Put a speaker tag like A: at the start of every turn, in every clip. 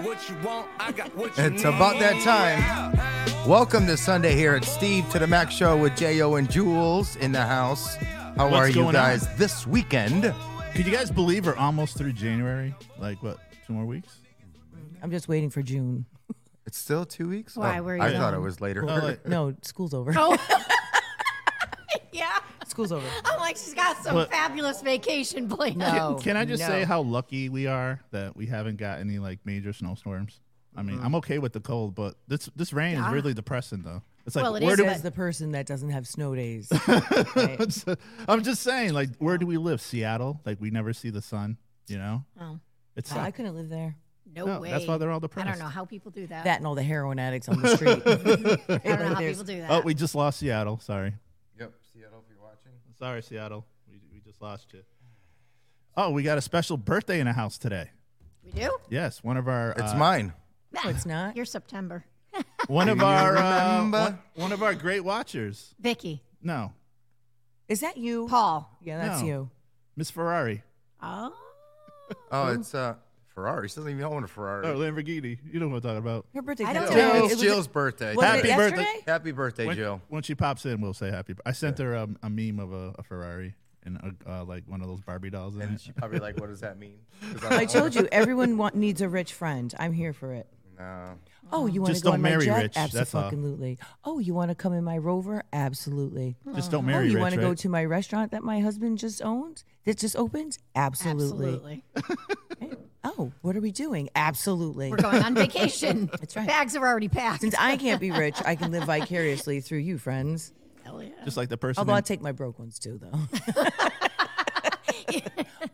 A: What you want, I got what you
B: It's about that time. Welcome to Sunday here at Steve to the Max Show with J.O. and Jules in the house. How
C: What's
B: are you
C: going
B: guys this weekend?
C: Could you guys believe we're almost through January? Like what, two more weeks?
D: I'm just waiting for June.
B: It's still two weeks?
E: Why,
B: Oh,
E: where are
B: I
E: you
B: thought it
E: going?
B: was later.
C: Oh, like,
D: No, school's over.
E: Oh. Yeah.
D: School's over.
E: I'm like, she's got some
C: What?
E: fabulous vacation planned.
D: No.
C: can I just
D: no.
C: say how lucky we are that we haven't got any like major snowstorms? I
E: Mm-hmm.
C: mean, I'm okay with the cold, but this this rain is really depressing though. It's like
E: Well, it
C: where
E: is,
C: do
E: but-
D: As the person that doesn't have snow days.
C: we, I'm just saying like where do we live? Seattle? Like we never see the sun, you know?
E: Oh.
C: It's
D: I
C: like,
D: couldn't live there.
E: No,
C: No,
E: way.
C: that's why they're all
E: I
C: depressed.
E: don't know how people do that.
D: That and all the heroin addicts on the street. I
E: I don't know how people do that.
C: Oh, we just lost Seattle. Sorry.
B: Yep, Seattle, if you're watching.
C: Sorry, Seattle. We we just lost you. Oh, we got a special birthday in the house today.
E: we do?
C: Yes, one of our
B: It's
C: uh,
B: mine.
D: It's not.
E: You're September.
C: one of
B: you
C: our uh,
B: remember?
C: one, one of our great watchers.
E: Vicky.
C: No,
D: Is that you?
E: Paul.
D: Yeah, that's
C: No.
D: you.
C: Miss Ferrari.
E: Oh.
B: Oh, it's uh, Ferrari. She doesn't even own a Ferrari.
C: Oh, Lamborghini. You know what I'm talking about.
D: Her birthday.
E: I don't
D: comes
B: Jill,
E: know.
D: out-
E: No,
D: it
B: it's
D: was-
B: Jill's birthday.
D: was it
C: Happy birthday.
D: yesterday?
B: Happy birthday,
C: When,
B: Jill.
C: when she pops in, we'll say happy. bir- I sent her um, a meme of a, a Ferrari and a, uh, like one of those Barbie dolls. In
B: And
C: it.
B: she probably like, what does that mean? 'Cause
D: I
B: I'm-
D: told you, everyone want, needs a rich friend. I'm here for it.
B: No.
D: Oh, you want to
C: Just
D: go
C: don't
D: on my
C: marry
D: jet?
C: rich, that's all.
D: Absolutely. Oh, you want to come in my Rover? Absolutely.
C: Just don't
D: Oh,
C: marry
D: you
C: rich,
D: want to
C: right?
D: go to my restaurant that my husband just owned? That just opened? Absolutely.
E: Absolutely.
D: Oh, what are we doing? Absolutely.
E: We're going on vacation.
D: That's right.
E: Bags are already packed.
D: Since I can't be rich, I can live vicariously through you, friends.
E: Hell yeah.
C: Just like the person.
D: Although I
C: in-
D: take my broke ones too, though.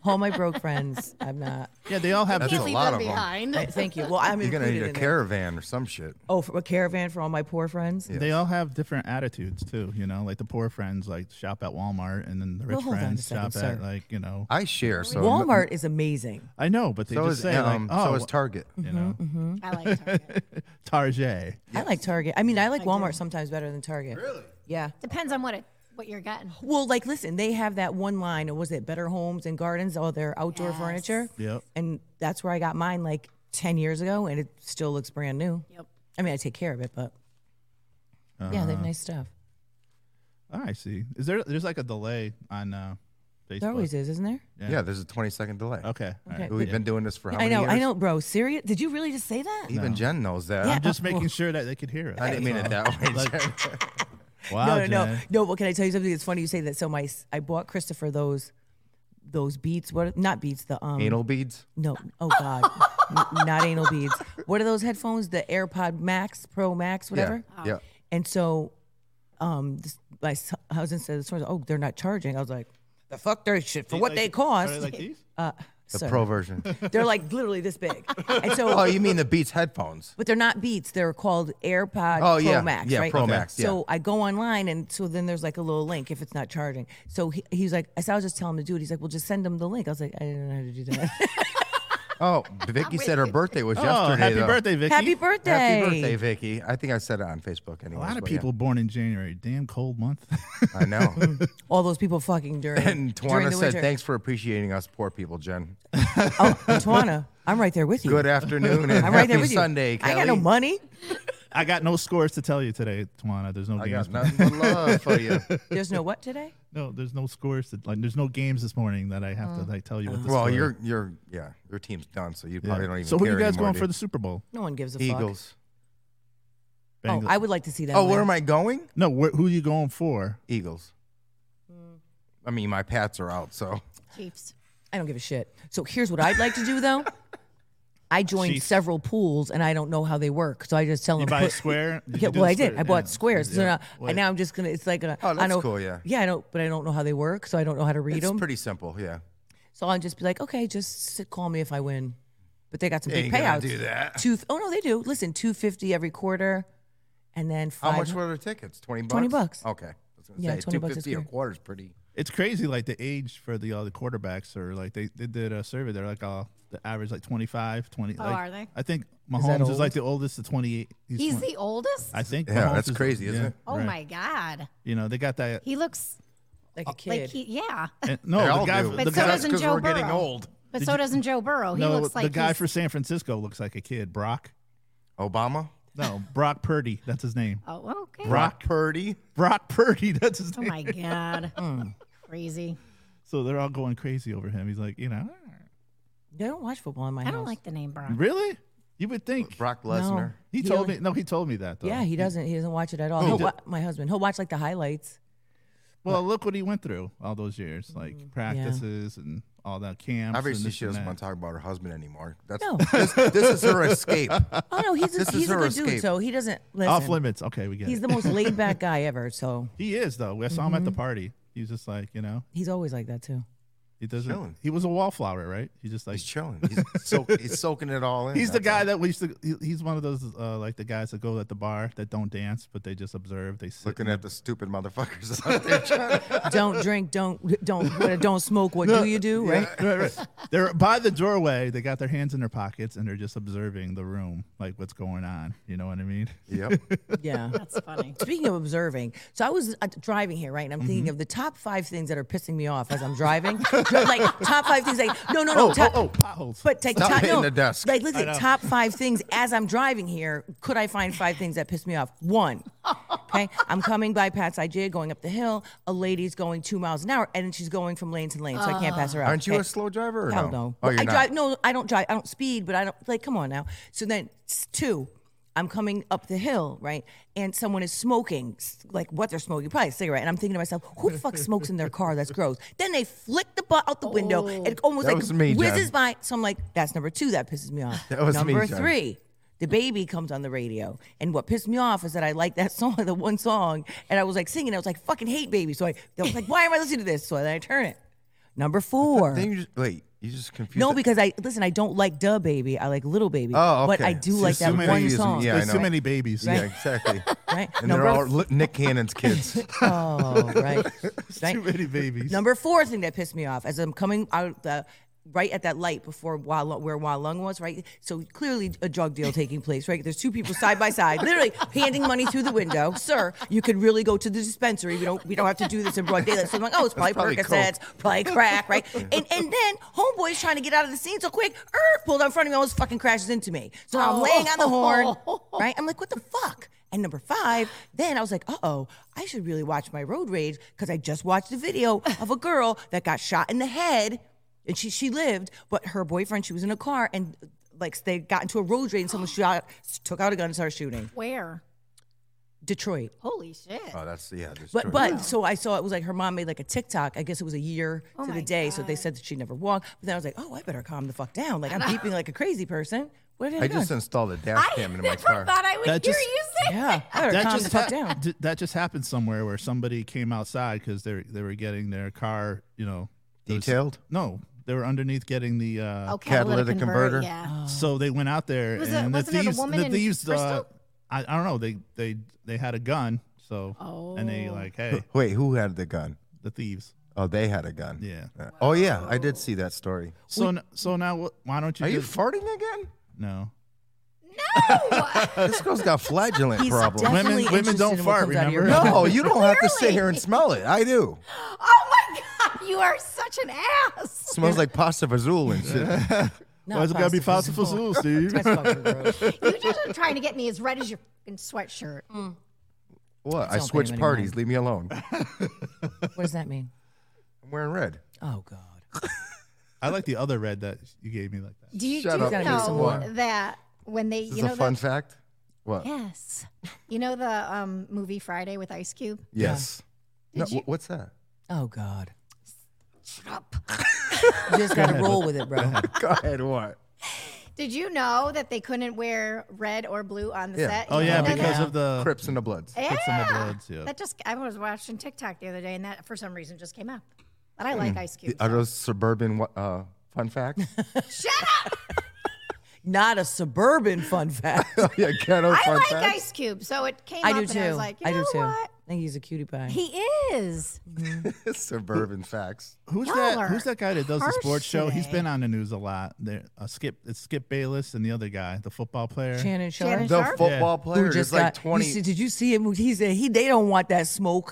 D: All my broke friends, I'm not.
C: yeah, they all have.
B: That's
E: Can't
B: a
E: leave
B: lot
E: them
B: of 'em.
E: behind.
D: Thank you. Well, I'm
B: You're going to
D: included
B: need a
D: in there.
B: caravan or some shit.
D: Oh, for a caravan for all my poor friends.
C: They all have different attitudes too. You know, like the poor friends like shop at Walmart, and then the rich
D: Well, hold on a
C: friends
D: second,
C: shop at
D: sir.
C: like you know.
B: I share. So
E: Oh,
D: Walmart is amazing.
C: I know, but they
B: So
C: just
B: is,
C: say
B: um,
C: like, oh,
B: so is Target.
C: you know,
D: Mm-hmm.
E: I like Target.
C: Target.
D: I like Target. I mean, I like Walmart sometimes better than Target. Really? Yeah.
E: Depends on what it, what you're getting.
D: Well, like, listen, they have that one line, or was it Better Homes and Gardens, all their outdoor
E: Yes.
D: furniture?
C: Yep.
D: And that's where I got mine like 10 years ago, and it still looks brand new.
E: Yep.
D: I mean, I take care of it, but yeah, they have nice stuff.
C: Oh, I see. Is there? There's like a delay on uh, Facebook.
D: There always is, isn't there?
B: Yeah. there's a 20 second delay.
C: Okay. all right.
B: We've been doing this for how
D: I
B: many
D: know,
B: years?
D: I know, bro. Serious? Did you really just say that?
B: Even Jen knows that.
D: Yeah.
C: I'm just making sure that they could hear it.
B: I didn't mean it that way. Jen.
C: Wow,
D: no, no, no,
C: Jen.
D: no. But can I tell you something? It's funny you say that. So my, s- I bought Christopher those, those beats. What? Not beats. The um.
B: Anal beads.
D: No. Oh God. N- not anal beads. What are those headphones? The AirPod Max, Pro Max, whatever.
B: Yeah. yeah.
D: And so, um, this, my s- husband said, this morning, "Oh, they're not charging." I was like, "The fuck their shit for what
C: Like-
D: they
C: Are they
D: cost."
C: like these?
B: The
D: sir."
B: pro version.
D: They're like literally this big. And so,
B: oh, you mean the Beats headphones?
D: but they're not Beats. They're called AirPod
B: Oh,
D: Pro
B: yeah.
D: Max,
B: Yeah,
D: right?
B: Pro Max, yeah.
D: So I go online, and so then there's like a little link if it's not charging. So he, he's like, I said, I was just telling him to do it. He's like, well, just send him the link. I was like, I didn't know how to do that.
B: Oh, Vicky said her birthday was
C: Oh,
B: yesterday.
C: happy
B: though.
C: birthday, Vicky.
D: Happy birthday!
B: Happy birthday, Vicky. I think I said it on Facebook anyway.
C: A lot of people born in January. Damn cold month.
B: I know.
D: All those people fucking during
B: and
D: during
B: Tawana
D: the
B: said,
D: winter.
B: thanks for appreciating us poor people, Jen.
D: Oh, and Tawana, I'm right there with you.
B: Good afternoon and
D: I'm right
B: happy
D: there with you.
B: Sunday,
D: I
B: Kelly.
D: got no money.
C: I got no scores to tell you today, Tawana. There's no
B: I
C: games.
B: got nothing but love for you.
D: There's no what today?
C: No, there's no scores. That, like, there's no games this morning that I have
D: Mm.
C: to like tell you what. The
B: Well,
C: score
B: you're,
C: is.
B: you're, yeah, your team's done, so you
C: Yeah.
B: probably don't even
C: So who
B: care
C: you guys
B: anymore,
C: going
B: do
C: for
B: you?
C: the Super Bowl?
D: No one gives a fuck.
B: Eagles.
D: Oh,
C: Bengals-
D: I would like to see that.
B: Oh, where am
D: win.
B: I going?
C: no, wh- who you going for?
B: Eagles. Mm. I mean, my Pats are out, so
E: Chiefs.
D: I don't give a shit. So here's what I'd like to do though. I joined
C: Chiefs.
D: several pools and I don't know how they work, so I just tell
C: You
D: them.
C: buy a
D: put-
C: square? Did you
D: Yeah,
C: do
D: well,
C: the
D: I did.
C: square?
D: I
C: Yeah.
D: bought squares, so
C: Yeah.
D: now,
C: Wait.
D: and now I'm just gonna. It's like a.
B: Oh,
D: I
B: that's
D: know,
B: cool, yeah.
D: Yeah, I don't, but I don't know how they work, so I don't know how to read
B: it's
D: them.
B: pretty simple, yeah.
D: so I'll just be like, okay, just sit, call me if I win. But they got some big
B: Ain't gonna
D: payouts.
B: do that.
D: Two. Oh no, they do. Listen, two fifty every quarter, and then
B: How
D: five.
B: much were the tickets? Twenty bucks.
D: 20 bucks.
B: Okay. I was gonna
D: Yeah,
B: say,
D: 20 bucks is
B: 250 a
D: fair.
B: quarter is pretty.
C: It's crazy, like the age for the other quarterbacks, or like they, they did a survey. They're like, oh, the average like 25, 20.
E: Oh,
C: like,
E: are they?
C: I think
D: that
C: Mahomes is,
D: old?
C: like the oldest to 28.
E: He's
C: 20.
E: the oldest?
C: I think.
B: Yeah,
C: Mahomes
B: that's
C: is-
B: crazy, isn't it?
E: oh,
C: right.
E: my God.
C: You know, they got that.
E: He looks
D: like a kid.
E: like he, yeah.
B: They
C: and- no,
B: all
C: the guy.
B: do.
C: The
E: But so
C: guy
E: doesn't Joe
B: we're getting
E: Burrow.
B: old.
E: But so doesn't Joe Burrow. He
C: no,
E: looks like
C: the guy
E: he's-
C: for San Francisco looks like a kid. Brock.
B: Obama,
C: No, Brock Purdy. That's his name.
E: Oh, well, okay.
B: Brock Purdy.
C: Brock Purdy. That's his
E: Oh
C: name.
E: my god. Crazy.
C: So they're all going crazy over him. He's like, you know,
D: They don't watch football in my
E: I
D: house.
E: don't like the name Brock.
C: really? You would think.
B: Brock
D: No.
B: Lesnar.
C: He told me. No, he told me that though.
D: Yeah, he doesn't. He doesn't watch it at all. He'll
C: did-
D: wa- my husband. He'll watch like the highlights.
C: Well, look what he went through all those years,
D: Mm-hmm.
C: like practices and all that camps. and
B: Obviously,
C: this
B: she
C: and
B: doesn't
C: that.
B: want to talk about her husband anymore. That's
D: No.
B: this, this is her escape.
D: Oh no, he's
B: This
D: a,
B: is
D: he's a
B: her
D: good
B: escape.
D: dude. So he doesn't. Listen,
C: Off limits. Okay, we get
D: He's
C: it.
D: the Mm-hmm. most laid back guy ever. So
C: he is though. I saw him at the party. He was just like, you know,
D: he's always like that too.
C: he doesn't.
B: Chilling.
C: He was a wallflower, right? He just like
B: He's chilling. He's, so, he's soaking it all in.
C: He's the
B: That's
C: guy
B: all.
C: that we used to. he- He's one of those uh, like the guys that go at the bar that don't dance, but they just observe. They sit.
B: looking at the stupid motherfuckers out there. Trying to,
D: Don't drink. Don't don't what- don't smoke. What do you do? Right?
C: right, right. They're by the doorway. They got their hands in their pockets and they're just observing the room, like what's going on. You know what I mean?
B: yep.
D: Yeah.
E: That's funny.
D: Speaking of observing, so I was uh, driving here, right? And I'm
B: Mm-hmm.
D: thinking of the top five things that are pissing me off as I'm driving. like top five things. Like no, no, no.
C: Oh,
D: top,
C: oh, oh, potholes.
D: But like
B: Stop
D: top,
B: hitting
D: no,
B: the desk.
D: Like, look at top five things as I'm driving here. Could I find five things that piss me off? One. Okay, I'm coming by Pat's IJ, going up the hill. A lady's going two miles an hour, and she's going from lane to lane, so I can't pass her out.
B: Aren't you
D: okay?
B: a slow driver? Or
D: Hell
B: no?
D: no.
B: Oh, you're
D: I
B: not.
D: drive. No, I don't drive. I don't speed, but I don't like. Come on now. So then s- two. I'm coming up the hill, right? And someone is smoking, s- like what they're smoking, probably a cigarette. And I'm thinking to myself, who the fuck smokes in their car? That's gross. Then they flick the butt out the window. and It almost
B: Oh. That
D: like
B: was me,
D: whizzes
B: Jen.
D: by. So I'm like, that's number two. That pisses me off.
B: That was me,
D: number
B: Jen.
D: three. The baby comes on the radio, and what pissed me off is that I like that song, the one song, and I was like singing. I was like, "Fucking hate baby." So I, I was like, "Why am I listening to this?" So then I turn it. Number four.
B: Then you just wait. You just confused.
D: No,
B: it.
D: because I listen. I don't like Duh Baby. I like Little Baby.
B: Oh,
D: But
B: okay.
D: I do
B: So
D: like
B: so
D: that
B: many
D: one
B: reasons,
D: song.
B: yeah. I
C: There's
B: know.
C: too many babies.
B: yeah, exactly.
D: Right.
B: And
D: number
B: they're all li- Nick Cannon's kids.
D: oh, right. Right.
C: Too many babies.
D: Number four thing that pissed me off as I'm coming out the right at that light before Walung, where Walung was, right? So clearly a drug deal taking place, right? There's two people side by side, literally handing money through the window. Sir, you could really go to the dispensary. We don't we don't have to do this in broad daylight. So I'm like, oh, it's probably,
B: probably
D: Percocets, probably crack, right? And and then homeboy's trying to get out of the scene so quick, er, pulled out in front of me, almost fucking crashes into me. So now I'm laying on the horn, right? I'm like, what the fuck? And number five, then I was like, uh oh, I should really watch my road rage because I just watched a video of a girl that got shot in the head and she, she lived, but her boyfriend, she was in a car and like they got into a road rage and someone shot, took out a gun and started shooting.
E: Where?
D: Detroit.
E: Holy shit.
B: oh, that's yeah. that's
D: But
B: true.
D: but so I saw it was like her mom made like a TikTok. I guess it was a year
E: Oh
D: to the day. So they said that she never walked. But then I was like, oh, I better calm the fuck down. Like I'm beeping like a crazy person. What did I,
B: I
D: do?
B: just installed a dash
E: I
B: cam
E: never
B: in my car.
E: thought I would
C: That
E: hear
C: just-
E: you say
D: yeah, I better calm the
C: hap-
D: fuck down.
C: d- that just happened somewhere where somebody came outside because they they were getting their car, you know, there was-
B: Detailed?
C: No, they were underneath getting the. Uh,
E: Oh,
B: Catalytic converter.
E: Yeah.
C: So they went out there
E: Oh. Was it-
C: and the
E: wasn't it a
C: thieves.
E: woman
C: the
E: in
C: thieves. Uh,
E: Bristol?
C: I, I don't know. They they they had a gun. So and
E: Oh.
C: they like hey
B: Wait, who had the gun?
C: the thieves.
B: Oh, they had a gun.
C: Yeah.
B: Uh, Oh yeah, I did see that story.
C: So n- so now wh- why don't you?
B: Are you
C: just-
B: farting again?
C: no.
B: This girl's got flagellant
D: He's
B: problems.
D: definitely
C: Women- women
D: interested
C: don't
D: in what
C: fart,
D: comes out of your
C: remember?
D: mouth.
B: No, you don't have to sit here and smell it. I do.
E: Oh my god, you are such an ass.
B: smells like pasta fazool and shit.
D: Not
C: Why's it gotta be
D: possible.
C: fossil Steve?
D: That's fucking gross.
E: You just are trying to get me as red as your fucking sweatshirt.
B: What? I
D: don't blame
B: switched
D: anyone.
B: parties. Leave me alone.
D: What does that mean?
B: I'm wearing red.
D: Oh God.
C: I like the other red that you gave me like that.
E: Do you,
B: Shut
E: do you
B: up,
D: Lisa
E: know
B: Moore.
E: that when they
B: This
E: you
B: is
E: know
B: a fun
E: the,
B: fact. What?
E: Yes. You know the um, movie Friday with Ice Cube?
B: Yes. No,
E: Did you-
B: wh- what's that?
D: Oh God.
E: Shut up.
D: You just gotta roll with it, bro.
B: Go ahead. What?
E: Did you know that they couldn't wear red or blue on the
B: Yeah.
E: set?
C: Oh
E: You
C: yeah,
E: know that?
C: because of the
B: Crips and the Bloods.
C: Crips and the Bloods. Yeah.
E: That just I was watching TikTok the other day and that for some reason just came up. But I like Ice Cube.
B: Hmm. Are those suburban wha- uh, fun facts?
E: Shut up!
D: Not a suburban fun fact.
B: yeah, ghetto
E: I
B: fun
E: like
B: facts.
E: Ice Cube, so it came
D: I
E: up
D: do
E: and I
D: too.
E: was like, you
D: I do
E: know
D: too.
E: what?
D: think he's a cutie pie.
E: He is.
B: Suburban facts.
C: Who's
E: Y'all
C: that?
E: are
C: Who's that guy that does the
E: harsh
C: sports show? He's
E: today.
C: been on the news a lot. There, uh, Skip, it's Skip Bayless and the other guy, the football player.
D: Shannon Sharp.
E: Shannon
B: The
E: Sharp?
B: football player
D: Who just
B: is like
D: got-
B: twenty.
D: he said, Did you see him? He said he they don't want that smoke.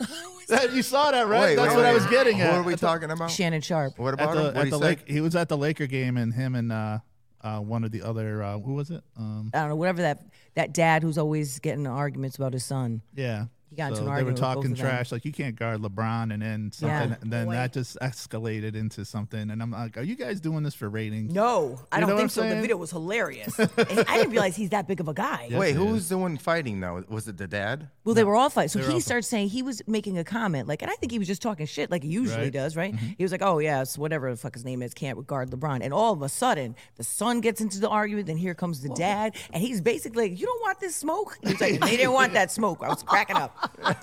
C: you saw that, right?
B: Wait,
C: That's
B: wait,
C: what I
B: wait.
C: was getting at.
B: What are we talking about?
D: Shannon Sharp.
B: What
C: at
B: about
C: the,
B: him? What
C: at
B: he
C: the
B: say?
C: lake, he was at the Laker game, and him and uh, uh, one of the other, uh, who was it? Um,
D: I don't know. Whatever that that dad who's always getting into arguments about his son.
C: yeah.
D: He got into
C: so
D: an
C: they were
D: argument with both
C: talking
D: of them.
C: trash, like you can't guard LeBron, and then something, and then that just escalated into something, and I'm like, are you guys doing this for ratings?
D: No, I
C: You know
D: don't
C: what I'm
D: think so. The
C: saying?
D: video was hilarious. And I didn't realize he's that big of a guy.
B: Wait, who was the one fighting though? Was it the dad?
D: Well, they were all fighting. So he starts saying he was making a comment, like, and I think he was just talking shit, like he usually
C: Right.
D: does, right? He was like, "Oh yeah, it's whatever the fuck his name is, can't guard LeBron." And all of a sudden, the son gets into the argument. Then here comes the dad, and he's basically like, "You don't want this smoke." He's like, "They didn't want that smoke." I was cracking up.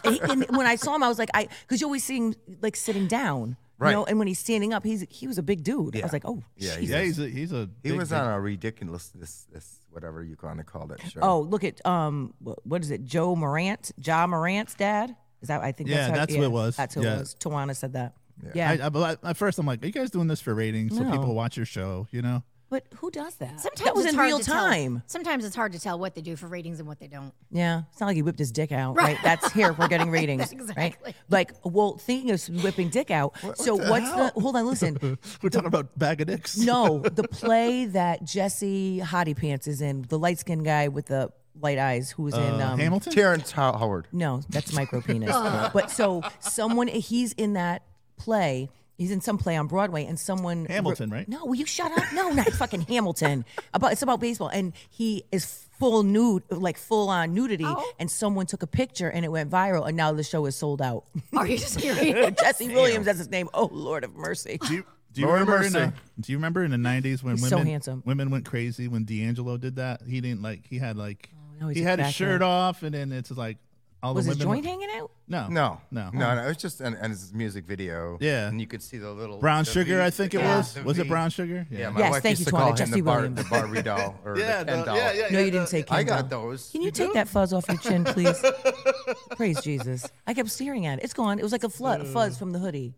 D: And, he- and when I saw him, I was like, "I," because you always see him like sitting down,
B: Right.
D: you know. And when he's standing up, he's he was a big dude. I was like, "Oh,
B: Yeah,
D: Jesus."
C: Yeah, he's a, he's a
B: He
C: big-
B: was on a ridiculous this this whatever you want to call that show.
D: Oh, look at um, wh- what is it? Joe Morant, Ja Morant's dad. Is that? I think.
C: Yeah,
D: that's, how,
C: that's what it was.
D: That's who
C: Yeah.
D: it was. Tawana said that. Yeah.
C: I, I, but at first, I'm like, are you guys doing this for ratings so
D: No.
C: people watch your show? You know,
D: but who does that?
E: Sometimes
D: that was
E: it's
D: in
E: hard
D: real
E: to tell-
D: time.
E: Sometimes it's hard to tell what they do for ratings and what they don't.
D: Yeah, it's not like he whipped his dick out, right? That's here we're getting ratings, right?
E: Exactly.
D: Like, well, thinking of whipping dick out. so what's the? Hold on, listen.
C: we're talking about bag of dicks.
D: No, the play that Jesse Hottie Pants is in, the light skinned guy with the light eyes, who was in um,
C: Hamilton.
B: Terrence How- Howard.
D: No, that's micro penis.
C: Oh.
D: but so someone he's in that play. He's in some play on Broadway, and someone
C: Hamilton, right?
D: No, will you shut up? No, not fucking Hamilton. About it's about baseball, and he is full nude, like full on nudity, and someone took a picture, and it went viral, and now the show is sold out.
E: Are you serious?
D: Jesse Williams has his name. Oh Lord of Mercy.
C: Do you, do you
B: Lord
C: remember? In the,
B: mercy.
C: do you remember in the '90s when
D: He's so
C: women
D: handsome.
C: women went crazy when D'Angelo did that? He didn't like. He had like.
D: now Oh, he's
C: he
D: a
C: had his
D: crackhead.
C: shirt off, and then it's like all
D: Was
C: the
D: his
C: women.
D: joint hanging out?
C: no,
B: No,
C: no,
B: no, no. It was just an, and his music video.
C: Yeah.
B: and you could see the little
C: Brown
B: the
C: sugar,
B: V-
C: I think it
B: yeah,
C: was.
B: the
C: Was it
B: V.
C: brown sugar?
B: Yeah, my
D: Yes,
B: wife
D: thank
B: used
D: you,
B: to
D: Twana,
B: call him
D: Jesse
B: the, bar,
D: Williams.
B: the Barbie doll or the Ken doll.
D: No, you didn't say Ken
B: I got
D: doll.
B: those.
D: Can you, take that fuzz off your chin, please? Praise Jesus. I kept staring at it. It's gone. It was like a flood, a fuzz from the hoodie.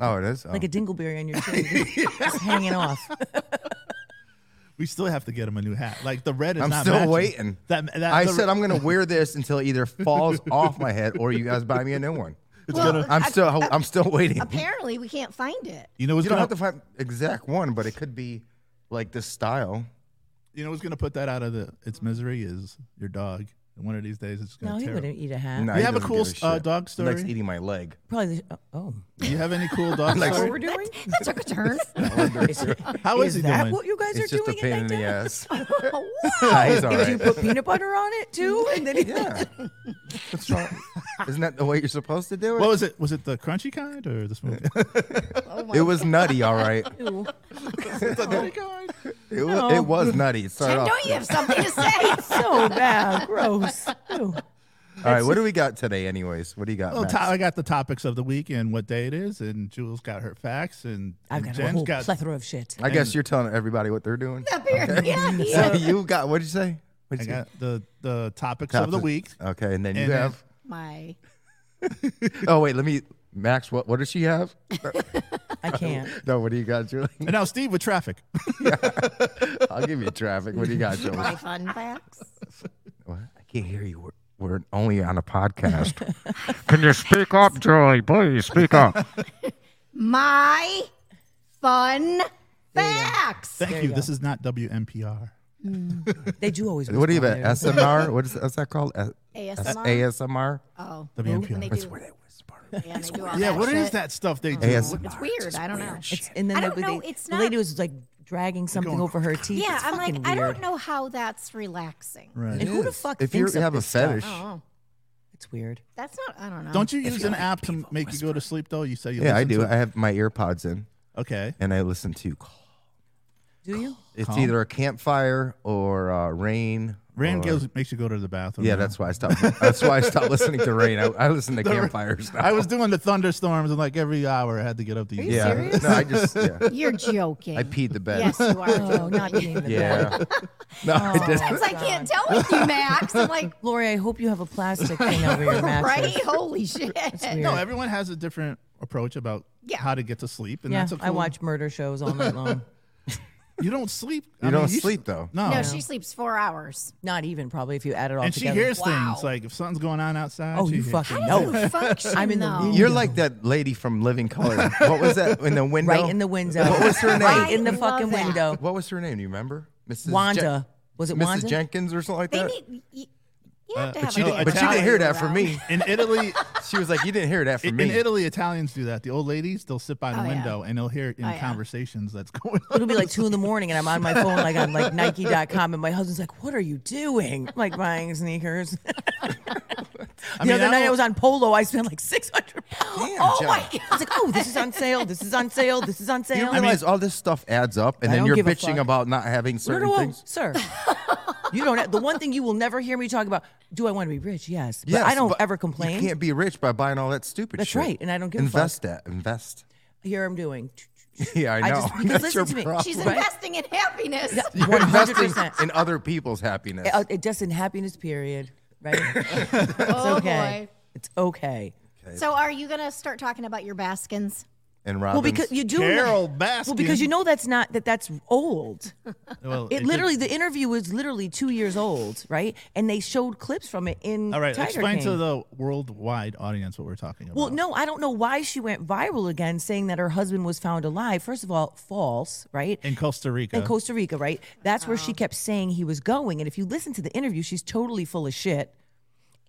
B: Oh, it is. Oh.
D: like a dingleberry on your chin, just, just hanging off.
C: We still have to get him a new hat. Like the red is
B: I'm
C: not
B: still
C: matching.
B: waiting.
C: That, that
B: I
C: the-
B: said I'm gonna wear this until it either falls off my head or you guys buy me a new one.
E: Well,
B: I'm still I'm still waiting.
E: Apparently, we can't find it.
C: You know what's
B: You don't
C: gonna
B: have to find exact one, but it could be like this style.
C: you know what's gonna put that out of the its misery is your dog. And one of these days it's gonna.
D: No, he
C: tear
D: wouldn't eat a hat.
B: No,
C: You
B: he
C: have a
B: doesn't
C: cool,
B: give
C: uh,
B: shit.
C: dog
B: He likes
C: story?
B: eating my leg.
D: Probably. The, oh,
C: Do you have any cool dog
D: what
C: stories?
D: we're doing?
E: That took a turn.
D: Is, it-
C: How is
D: is
C: he
D: that
C: doing?
D: what you guys
B: It's
D: are
B: just a
D: doing
B: pain
D: at
B: in the
D: nighttime?
B: ass.
E: wow.
B: He's all
D: Do you
B: right.
D: put peanut butter on it too? And then
B: Yeah. What's wrong? Isn't that the way you're supposed to do it?
C: What was it? Was it the crunchy kind or the smooth?
B: it was nutty, all right.
D: Ew.
B: It was, it was nutty. It started
E: Jen,
B: off.
E: don't you have something to say?
D: so bad, gross. Ew.
B: All right, what do we got today, anyways? What do you got?
C: Well,
B: Max?
C: Oh, Ty- I got the topics of the week and what day it is, and Jules got her facts, and,
D: I've
C: and
D: got a
C: Jen's
D: whole
C: got
D: plethora of shit.
B: I guess you're telling everybody what they're doing.
E: Up here. Yeah, yeah.
B: So you got what did you say? What
C: I
B: did you say?
C: got the the topics
B: Tops
C: of the week.
B: Okay, and then you
C: And then-
B: have.
E: My.
B: Oh wait, let me. Max, what what does she have?
D: I can't.
B: No, what do you got, Julie?
C: And now Steve with traffic.
B: I'll give you traffic. What do you got, Julie?
E: My fun facts.
B: What? I can't hear you. We're, we're only on a podcast.
F: Can you speak up, Julie? Please speak up.
E: My fun facts.
C: Thank you. This is not WMPR.
D: They do always.
B: what do you
D: whisper
B: have?
D: on there.
B: SMR? What is what's that called? A-
E: ASMR?
B: ASMR?
E: Oh. When they
C: WMPR.
E: do,
B: That's where they whisper.
E: yeah, they do all
C: Yeah,
E: that
C: what
E: shit.
C: is that stuff they do?
B: ASMR.
E: It's weird. I don't know.
B: It's,
D: And then
E: I
D: the-
E: don't know,
D: they-
E: it's
D: the lady
E: not-
D: was like dragging something
C: going-
D: over her teeth.
E: Yeah,
D: It's
E: I'm like,
D: fucking
E: I
D: weird.
E: don't know how that's relaxing.
C: Right.
D: And who the fuck
B: if you
D: thinks of
B: have a
D: this stuff?
B: fetish,
E: Oh,
D: It's weird.
E: that's not. I don't know.
C: Don't you use an app to make you go to sleep though? You say you
B: yeah, I
C: listen
B: do.
C: to-
B: I have my ear pods in
C: okay.
B: and I listen to.
D: Do you?
B: It's either a campfire or uh, rain
C: Rain Gales makes you go to the bathroom.
B: Yeah,
C: now.
B: that's why I stopped. That's why I stopped listening to rain. I, I listen to campfires now.
C: I was doing the thunderstorms, and like every hour I had to get up to
E: you
C: use-
B: yeah.
E: serious?
B: No, I just yeah.
E: You're joking.
B: I peed the bed.
E: Yes, you are.
D: Oh, not being the
B: Yeah. No, I didn't.
E: Sometimes I can't tell with you, Max. I'm like,
D: Lori, I hope you have a plastic thing over your mattress.
E: right? Holy shit.
C: No, everyone has a different approach about
E: Yeah.
C: how to get to sleep, and
D: Yeah,
C: that's a
D: I
C: cool-
D: watch murder shows all night long.
C: You don't sleep.
B: You don't sleep, though.
C: No,
E: No, she sleps four hours.
D: Not even probably if you add it all
C: and she
D: together.
C: hears
E: Wow.
C: things like if something's going on outside.
D: oh,
C: she
D: you
C: hears-
D: fucking
E: No,
D: know.
E: function,
D: I'm in the
E: though.
B: You're like that lady from Living Color. What was that in the window?
D: Right in the window.
B: What was her name?
D: Right in the
E: Love
D: fucking
E: that.
D: window.
B: What was her name? Do you remember? Mrs. Jen-
D: Wanda. Was it
B: Mrs.
D: Wanda?
B: Jenkins or something like
E: They
B: that.
E: need, you, you have to
C: but
E: have
C: you
E: a
C: didn't-
E: little
B: but you didn't hear that
E: value
B: from
E: around.
B: me.
C: In Italy,
B: She was like, "You didn't hear that from
C: in
B: me."
C: Italy, Italians do that. The old ladies, they'll sit by the
E: Oh, yeah.
C: window and they'll hear it in
E: Oh, yeah.
C: conversations that's going on.
D: It'll be like two in the morning, and I'm on my phone, like on like Nike.com, and my husband's like, "What are you doing?" I'm like buying sneakers. the
C: mean,
D: other
C: I
D: night I
C: don't-
D: was on Polo. I spent like 600. Damn,
B: Oh, Jen. my
D: god! I was like, "Oh, this is on sale. This is on sale. This is on
B: You
D: sale."
B: realize all this stuff adds up, and
D: I
B: then
D: don't
B: you're
D: give a
B: bitching
D: fuck.
B: about not having
D: No, no,
B: certain
D: no,
B: things.
D: sir. you don't. Have, the one thing you will never hear me talk about. Do I want to be rich? Yes, but
B: Yes,
D: I don't
B: but
D: ever
B: You
D: complain.
B: can't be rich by buying all that stupid
D: That's
B: shit.
D: right, and I don't give a fuck.
B: invest that. Invest.
D: Here I'm doing.
B: Yeah, I know.
D: I just- because
B: That's
D: listen
B: your
D: to me.
B: problem.
E: She's
D: Right?
E: investing in happiness.
B: You're investing
D: 100%.
B: in other people's happiness.
D: Uh, it just in happiness. Period. Right. it's
E: Oh,
D: okay.
E: boy.
D: It's okay.
E: So are you going to start talking about your Baskins?
B: and
D: Well,
B: Robin's,
D: because you do.
C: Carol
D: Well, because
C: Baskin.
D: you know that's not that that's old.
C: Well,
D: It
C: did-
D: literally the interview was literally two years old, right? And they showed clips from it in.
C: All right,
D: Tiger
C: explain
D: King.
C: to the worldwide audience what we're talking about.
D: Well, no, I don't know why she went viral again, saying that her husband was found alive. First of all, false, right?
C: in Costa Rica.
D: in Costa Rica, right? That's where she kept saying he was going. And if you listen to the interview, she's totally full of shit.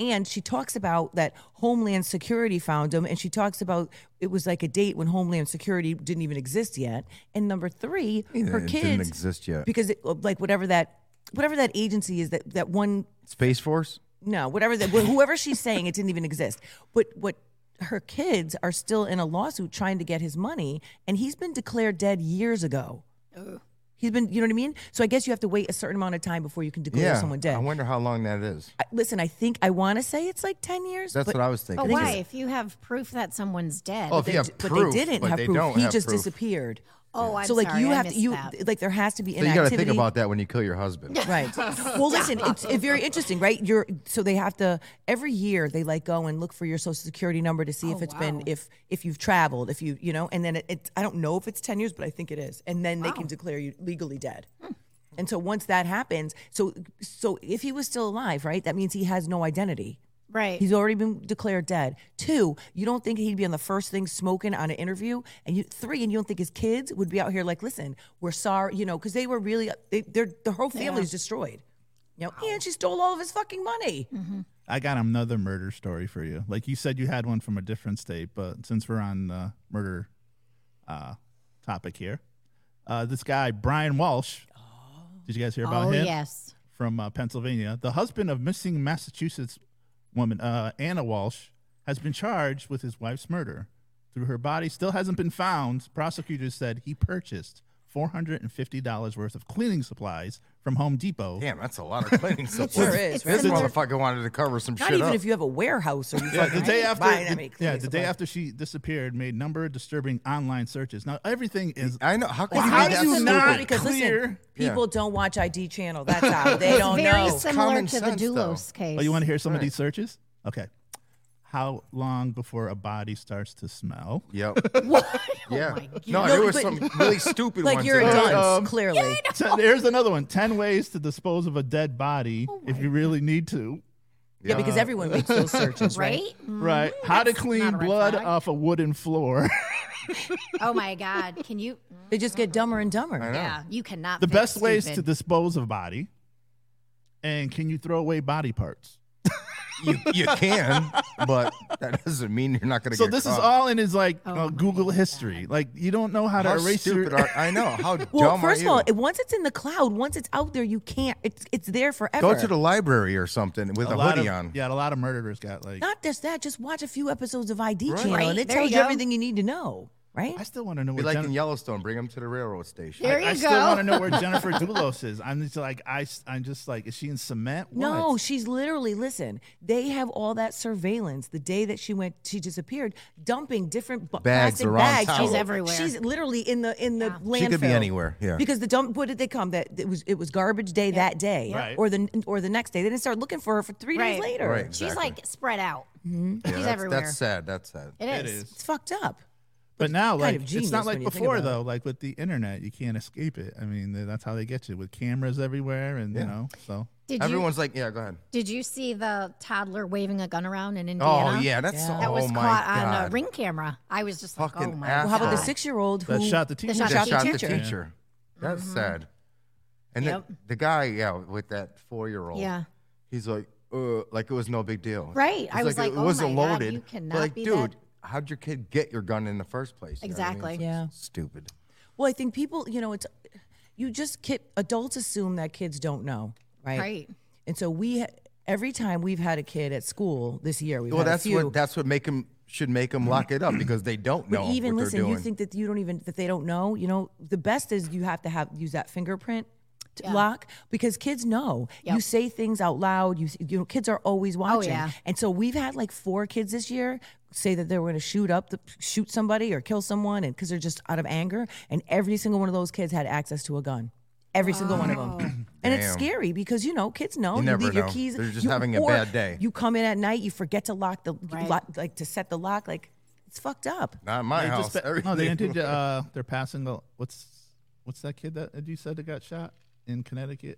D: And she talks about that Homeland Security found him, and she talks about it was like a date when Homeland Security didn't even exist yet. And number three, her
B: it
D: kids
B: didn't exist yet.
D: because it, like whatever that whatever that agency is that that one
B: Space Force.
D: no, whatever that whoever she's saying, it didn't even exist. But what her kids are still in a lawsuit trying to get his money, and he's been declared dead years ago. He's been, you know what I mean? So I guess you have to wait a certain amount of time before you can declare
B: Yeah,
D: someone dead.
B: I wonder how long that is.
D: I- Listen, I think I want to say it's like ten years.
B: That's
D: but, Oh,
B: what I was thinking.
E: But
B: too.
E: why? If you have proof that someone's dead.
B: Oh, if you have
D: but
B: proof,
D: they didn't
B: but
D: have
B: they
D: proof.
B: don't
D: he
B: have
D: just
B: proof.
D: disappeared.
E: oh, I'm
D: so like
E: sorry,
D: you
E: I
D: have to,
E: missed
D: you
E: that.
D: like there has to be
B: So you got to
D: inactivity.
B: think about that when you kill your husband.
D: Right. Well, listen, it's, it's very interesting, right? You're so they have to every year they like go and look for your social security number to see if it's been if if you've traveled, if you you know, and then it, it I don't know if it's ten years, but I think it is, and then they can declare you legally dead. And so once that happens, so so if he was still alive, right, that means he has no identity.
E: right.
D: He's already been declared dead. Two, you don't think he'd be on the first thing smoking on an interview, and you three, and you don't think his kids would be out here like, listen, we're sorry, you know, because they were really, they, they're the whole family's destroyed. You know, and she stole all of his fucking money.
C: I got another murder story for you. Like you said, you had one from a different state, but since we're on the murder uh, topic here, uh, this guy Brian Walsh. Did you guys hear about
E: oh,
C: him
E: yes.
C: from uh, Pennsylvania? The husband of missing Massachusetts woman uh, Anna Walsh has been charged with his wife's murder. Through her body still hasn't been found. Prosecutors said he purchased four hundred and fifty dollars worth of cleaning supplies from Home Depot.
B: Damn, that's a lot of cleaning supplies.
D: sure is,
E: It's
B: This
E: right?
B: motherfucker wanted to cover some
D: Not
B: shit
D: even
B: up.
D: if you have a warehouse or you
C: Yeah,
D: fucking
C: the day
D: ain't
C: after.
D: buying that
C: the-
D: many
C: yeah,
D: cleaning
C: the day
D: supplies.
C: after she disappeared, made number of disturbing online searches. Now everything is.
B: I know. How can
D: It's
B: you be
C: How
D: very
C: do
B: that
C: you
B: stupid?
D: similar
C: not
D: because listen,
C: clear?
B: Yeah.
D: people don't watch ID Channel. That's how they don't
E: Very
D: know.
E: similar
B: common
E: to
B: sense,
E: the
B: though.
E: Doulos case.
C: Oh, you want to hear some of these searches? Okay. How long before a body starts to smell?
B: Yep. Yeah. no,
D: Oh No,
B: there was
D: but-
B: some really stupid
D: Like
B: ones.
D: you're a
B: in there.
D: dunce, clearly.
C: So there's another one. Ten ways to dispose of a dead body
E: Oh
C: if you really need to.
D: yeah, because everyone makes those searches, right?
E: right? Mm-hmm.
C: Right. How to clean
E: a red
C: blood
E: flag.
C: off a wooden floor.
E: Oh my God! Can you?
D: They just get dumber and dumber.
E: Yeah, you cannot.
C: the
E: fake
C: best ways to
E: stupid.
C: dispose of a body. And can you throw away body parts?
B: you, you can, but that doesn't mean you're not going to
C: So
B: get
C: this is
B: caught.
C: all in his like
E: Oh
C: uh, Google history. Like you don't know how,
B: How
C: to erase
B: stupid
C: your.
B: are, I know. How
D: Well,
B: dumb
D: first
B: are
D: of
B: you?
D: all, it- once it's in the cloud, once it's out there, you can't. It's it's there forever.
B: Go to the library or something with a,
C: lot
B: hoodie
C: of,
B: on.
C: Yeah, a lot of murderers got like.
D: Not just that. Just watch a few episodes of ID Channel,
E: Right,
D: and it
E: there
D: tells
E: you
D: you
E: go.
D: everything you need to know. right?
C: I still want to know
B: Be
C: where
B: like
C: Jen-
B: in Yellowstone, bring them to the railroad station.
E: There
C: I,
E: you
C: I
E: go.
C: still want to know where Jennifer Doulos is. I'm just like I. am just like, is she in cement? What?
D: No, she's literally, listen, they have all that surveillance. The day that she went, she disappeared, dumping different bu-
B: Bags
D: plastic
B: around
D: bags.
B: town.
E: She's everywhere.
D: She's literally in the in the landfill.
B: She could be anywhere, yeah.
D: Because the dump, what did they come? That it was it was garbage day that day,
C: Right.
D: or the or the next day. They didn't start looking for her for three days
E: Right.
D: later.
B: Right.
E: She's
B: Exactly.
E: like spread out.
B: Yeah,
E: She's
B: that's,
E: everywhere.
B: That's sad. That's sad.
E: it
C: it
E: is.
C: is.
D: It's fucked up.
C: But now,
D: kind
C: like,
D: of
C: it's
D: genius
C: not
D: when
C: like
D: you think
C: before
D: about it.
C: though. Like with the internet, you can't escape it. I mean, th- that's how they get you with cameras everywhere, and you know, so
E: Did you
B: Everyone's like, yeah, go ahead.
E: did you see the toddler waving a gun around in Indiana?
B: Oh yeah, that's so
E: That
B: oh
E: was
B: my
E: caught
B: god.
E: on a ring camera. I was just like,
B: Fucking
E: oh my
B: asshole.
E: god.
D: Well, how about the
B: God.
D: six year old
C: that
D: who
C: shot the teacher.
E: shot
B: That
D: the
B: shot the
D: teacher.
B: teacher. That's sad. And then
E: Mm-hmm. Yep.
B: the guy, yeah, with that four-year-old.
E: Yeah.
B: He's like, uh, like it was no big deal.
E: Right.
B: It's
E: I was like,
B: it
E: oh
B: wasn't
E: my God,
B: loaded.
E: you
B: But,
E: cannot
B: like,
E: be
B: dude,
E: that-
B: how'd your kid get your gun in the first place? You know what I mean?
E: Exactly.
B: It's
D: Yeah.
B: Stupid.
D: Well, I think people, you know, it's you just kid, adults assume that kids don't know, right?
E: Right.
D: And so we ha- every time we've had a kid at school this year, we've
B: Well,
D: had a
B: that's
D: few.
B: what that's what make him should make him lock it up because they don't know
D: but even
B: what
D: listen,
B: they're doing.
D: you think that you don't even that they don't know. You know, the best is you have to have use that fingerprint t- lock because kids know. You
E: Yep. Oh,
D: say things out loud. You s- you know, kids are always watching.
E: yeah.
D: And so we've had like four kids this year say that they were going to shoot up, the, shoot somebody or kill someone, and because they're just out of anger. And every single one of those kids had access to a gun. Every single one of them. And it's
B: Damn.
D: scary because you know kids know you,
B: never
D: leave your
B: know.
D: keys.
B: They're just
D: you-
B: having a
D: or
B: bad day.
D: You come in at night, you forget to lock the
E: Right.
D: lock, like to set the lock. Like it's fuckted up.
B: Not in my
C: They
B: house.
C: just pa- no, they
B: Everything-
C: entered. Uh, they're passing the what's what's that kid that you said that got shot in Connecticut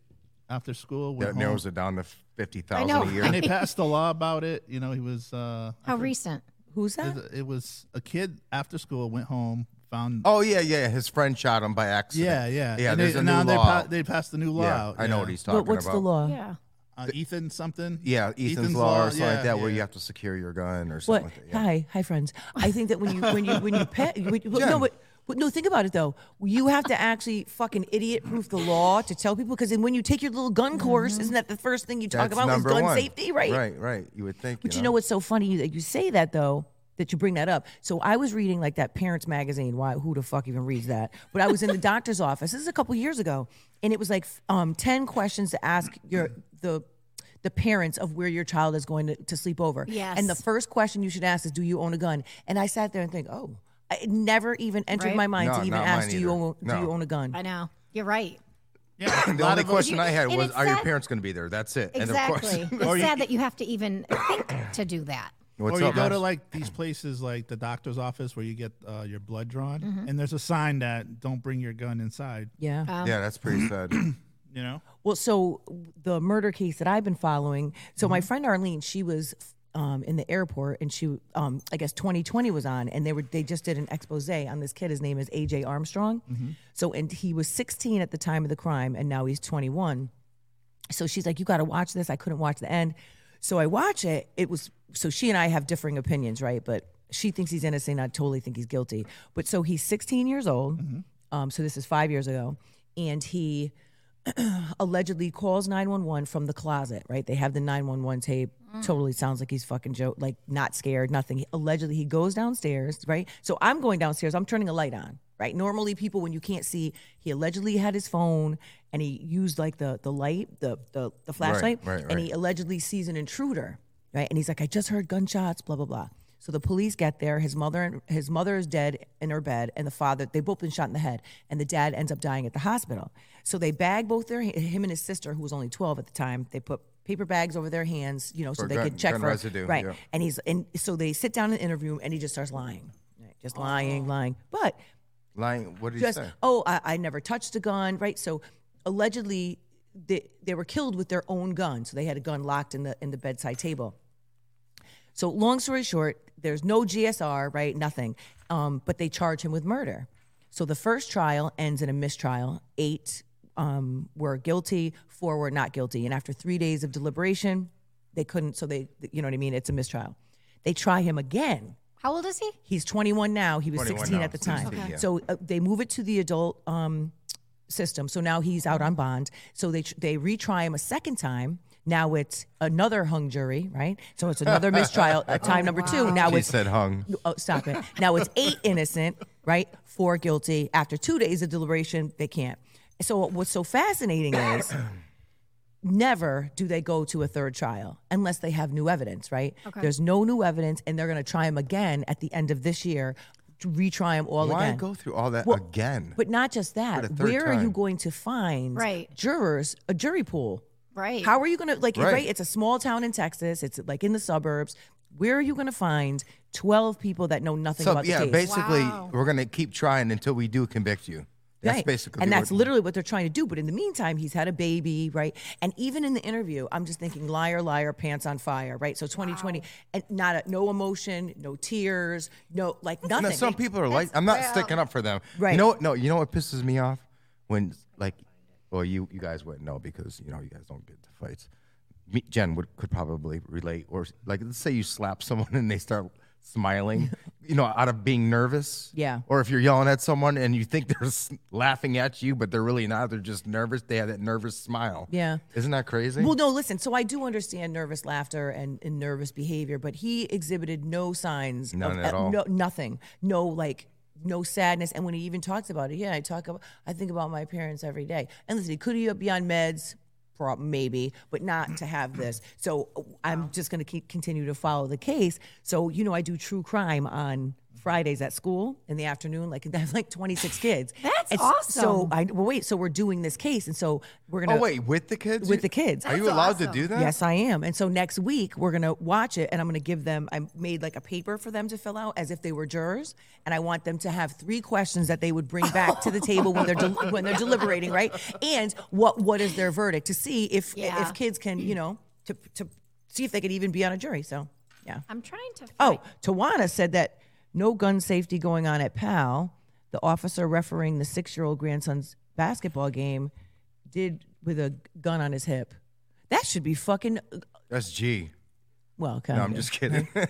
C: after school? went
B: that
C: home,
B: narrows it down to fifty
E: know,
B: thousand a year.
C: and they passed a law about it. You know, he was. Uh,
E: How recent?
D: Who's that?
C: it was a kid after school went home found.
B: Oh yeah, yeah. His friend shot him by accident.
C: yeah, yeah,
B: yeah.
C: And
B: There's
C: they,
B: a
C: now
B: new
C: they
B: law.
C: pa- they passed the new law.
B: yeah,
C: out,
B: I know
C: yeah.
B: what he's talking
D: But what's
B: about.
D: the law?
E: Yeah.
C: Uh, Ethan something.
B: Yeah, Ethan's, law, or something like
C: yeah,
B: that, where
C: yeah.
B: you have to secure your gun or
D: What?
B: something like that. Yeah.
D: Hi, hi, friends. I think that when you when you when you pet, when you, no, but, but no, think about it though. You have to actually fucking idiot proof the law to tell people because then when you take your little gun course, isn't that the first thing you talk
B: That's
D: about is
B: number
D: gun
B: one.
D: safety, right?
B: Right, right. You would think.
D: But you know what's so funny that you say that though, that you bring that up. So I was reading like that Parents Magazine. Why? Who the fuck even reads that? But I was in the doctor's office. This is a couple years ago, and it was like f- um, ten questions to ask your the the parents of where your child is going to, to sleep over.
E: Yes.
D: And the first question you should ask is, "Do you own a gun?" And I sat there and think, "Oh." I- It never even entered
E: Right.
D: my mind
B: No,
D: to even
B: not
D: ask,
B: mine
D: "Do you
B: either.
D: own do
B: No.
D: you own a gun?"
E: I know. You're right.
C: Yeah,
B: The only question I had
E: and
B: was,
E: it's
B: are your
E: sad-
B: parents going to be there? That's it. End of
E: Exactly.
B: question.
E: It's sad that you have to even think to do that.
B: What's
C: or you
B: up,
C: go
B: guys?
C: to like these places like the doctor's office where you get uh, your blood drawn,
E: Mm-hmm.
C: and there's a sign that don't bring your gun inside.
D: Yeah.
B: yeah, that's pretty sad.
C: You know,
D: Well, so the murder case that I've been following. So my friend Arlene, she was um, in the airport, and she, um, I guess, 2020 was on, and they were they just did an expose on this kid. His name is AJ Armstrong. So and he was 16 at the time of the crime, and now he's 21. So she's like, "You got to watch this." I couldn't watch the end, so I watch it. It was so she and I have differing opinions, right? But she thinks he's innocent. I totally think he's guilty. But so he's 16 years old. Um, so this is five years ago, and he allegedly calls 911 from the closet, right? They have the 911 tape.
B: Mm.
D: Totally sounds like he's fucking joke, like not scared, nothing. He- allegedly, he goes downstairs, right? So I'm going downstairs. I'm turning a light on, right? Normally, people when you can't see, he allegedly had his phone and he used like the the light, the the, the flashlight,
B: right,
D: and
B: right.
D: he allegedly sees an intruder, right? And he's like, I just heard gunshots, blah blah blah. So the police get there. His mother and his mother is dead in her bed, and the father they both been shot in the head, and the dad ends up dying at the hospital. So they bag both their him and his sister, who was only twelve at the time. They put paper bags over their hands, you know, so
B: For
D: they
B: gun-
D: could check
B: gun
D: for
B: residue,
D: right.
B: yeah.
D: And he's and so they sit down and interview him, and he just starts lying, right? just lying, lying. But
B: Lying. What did he
D: just
B: say?
D: oh I, I never touched a gun right so allegedly they, they were killed with their own gun so they had a gun locked in the in the bedside table so long story short there's no gsr right nothing um, but they charge him with murder so the first trial ends in a mistrial eight um, were guilty four were not guilty and after three days of deliberation they couldn't so they you know what i mean it's a mistrial they try him again
E: How old is he?
D: He's 21 now. He was
B: 21
D: 16
B: now,
D: at the time.
B: 16, yeah.
D: So uh, they move it to the adult um, system. So now he's out on bond. So they tr- they retry him a second time. Now it's another hung jury, right? So it's another mistrial, uh, time number two. Now
B: He
D: it's
B: said hung.
D: oh, stop it. Now it's eight innocent. right? Four guilty. After two days of deliberation, they can't. So what's so fascinating is never do they go to a third trial unless they have new evidence, right?
E: Okay.
D: There's no new evidence, and they're going to try them again at the end of this year, to retry them all
B: Why
D: again.
B: go through all that
D: Well,
B: again?
D: But not just that.
B: the third
D: Where are you
B: time.
D: going to find
E: Right.
D: jurors, a jury pool?
E: Right.
D: How are you going to, like,
B: Right.
D: right. It's a small town in Texas, it's like in the suburbs. Where are you going to find 12 people that know nothing
B: so
D: about
B: yeah,
D: the case?
B: basically,
E: Wow.
B: we're gonna keep trying until we do convict you. That's
D: Right.
B: basically,
D: and
B: what-
D: that's literally what they're trying to do. But in the meantime, he's had a baby, right? And even in the interview, I'm just thinking, liar, liar, pants on fire, right? So 2020, and not a, no emotion, no tears, no like
B: No,
D: nothing.
B: some people are like, I'm not sticking up for them. You
D: Right.
B: know what? No, you know what pisses me off when like, well, you you guys wouldn't know because you know you guys don't get to fights. Me, Jen would could probably relate, or like let's say you slap someone and they start smiling, you know, out of being nervous.
D: Yeah.
B: Or if you're yelling at someone and you think they're s- laughing at you, but they're really not. They're just nervous. They have that nervous smile.
D: Yeah.
B: Isn't that crazy?
D: Well, no, listen. So I do understand nervous laughter and, and nervous behavior, but he exhibited no signs.
B: None
D: of,
B: at
D: uh,
B: all.
D: No, nothing. No, like no sadness. And when he even talks about it, yeah, I talk about. I think about my parents every day. And listen, could he be on meds? Prob- Maybe, but not to have this. So uh, I'm just going to keep continue to follow the case. So you know, I do true crime on Fridays at school in the afternoon. Like I have like 26 kids.
E: That's
D: And s- So
E: awesome.
D: I well, wait. So we're doing this case, and so we're
B: Oh
D: gonna
B: wait, with the kids?
D: with the kids.
B: Are you allowed to do that?
D: Yes, I am. And so next week we're gonna watch it, and I'm gonna give them. I made like a paper for them to fill out as if they were jurors, and I want them to have three questions that they would bring back to the table when they're del- when they're deliberating, right? And what what is their verdict to see if
E: Yeah.
D: if kids can you know to to see if they could even be on a jury. So yeah.
E: I'm trying to.
D: Oh, Tawana said that no gun safety going on at Pal. The officer refereeing the six-year-old grandson's basketball game did with a gun on his hip. That should be fucking
B: That's G.
D: well. Kind
B: No, I'm just kidding.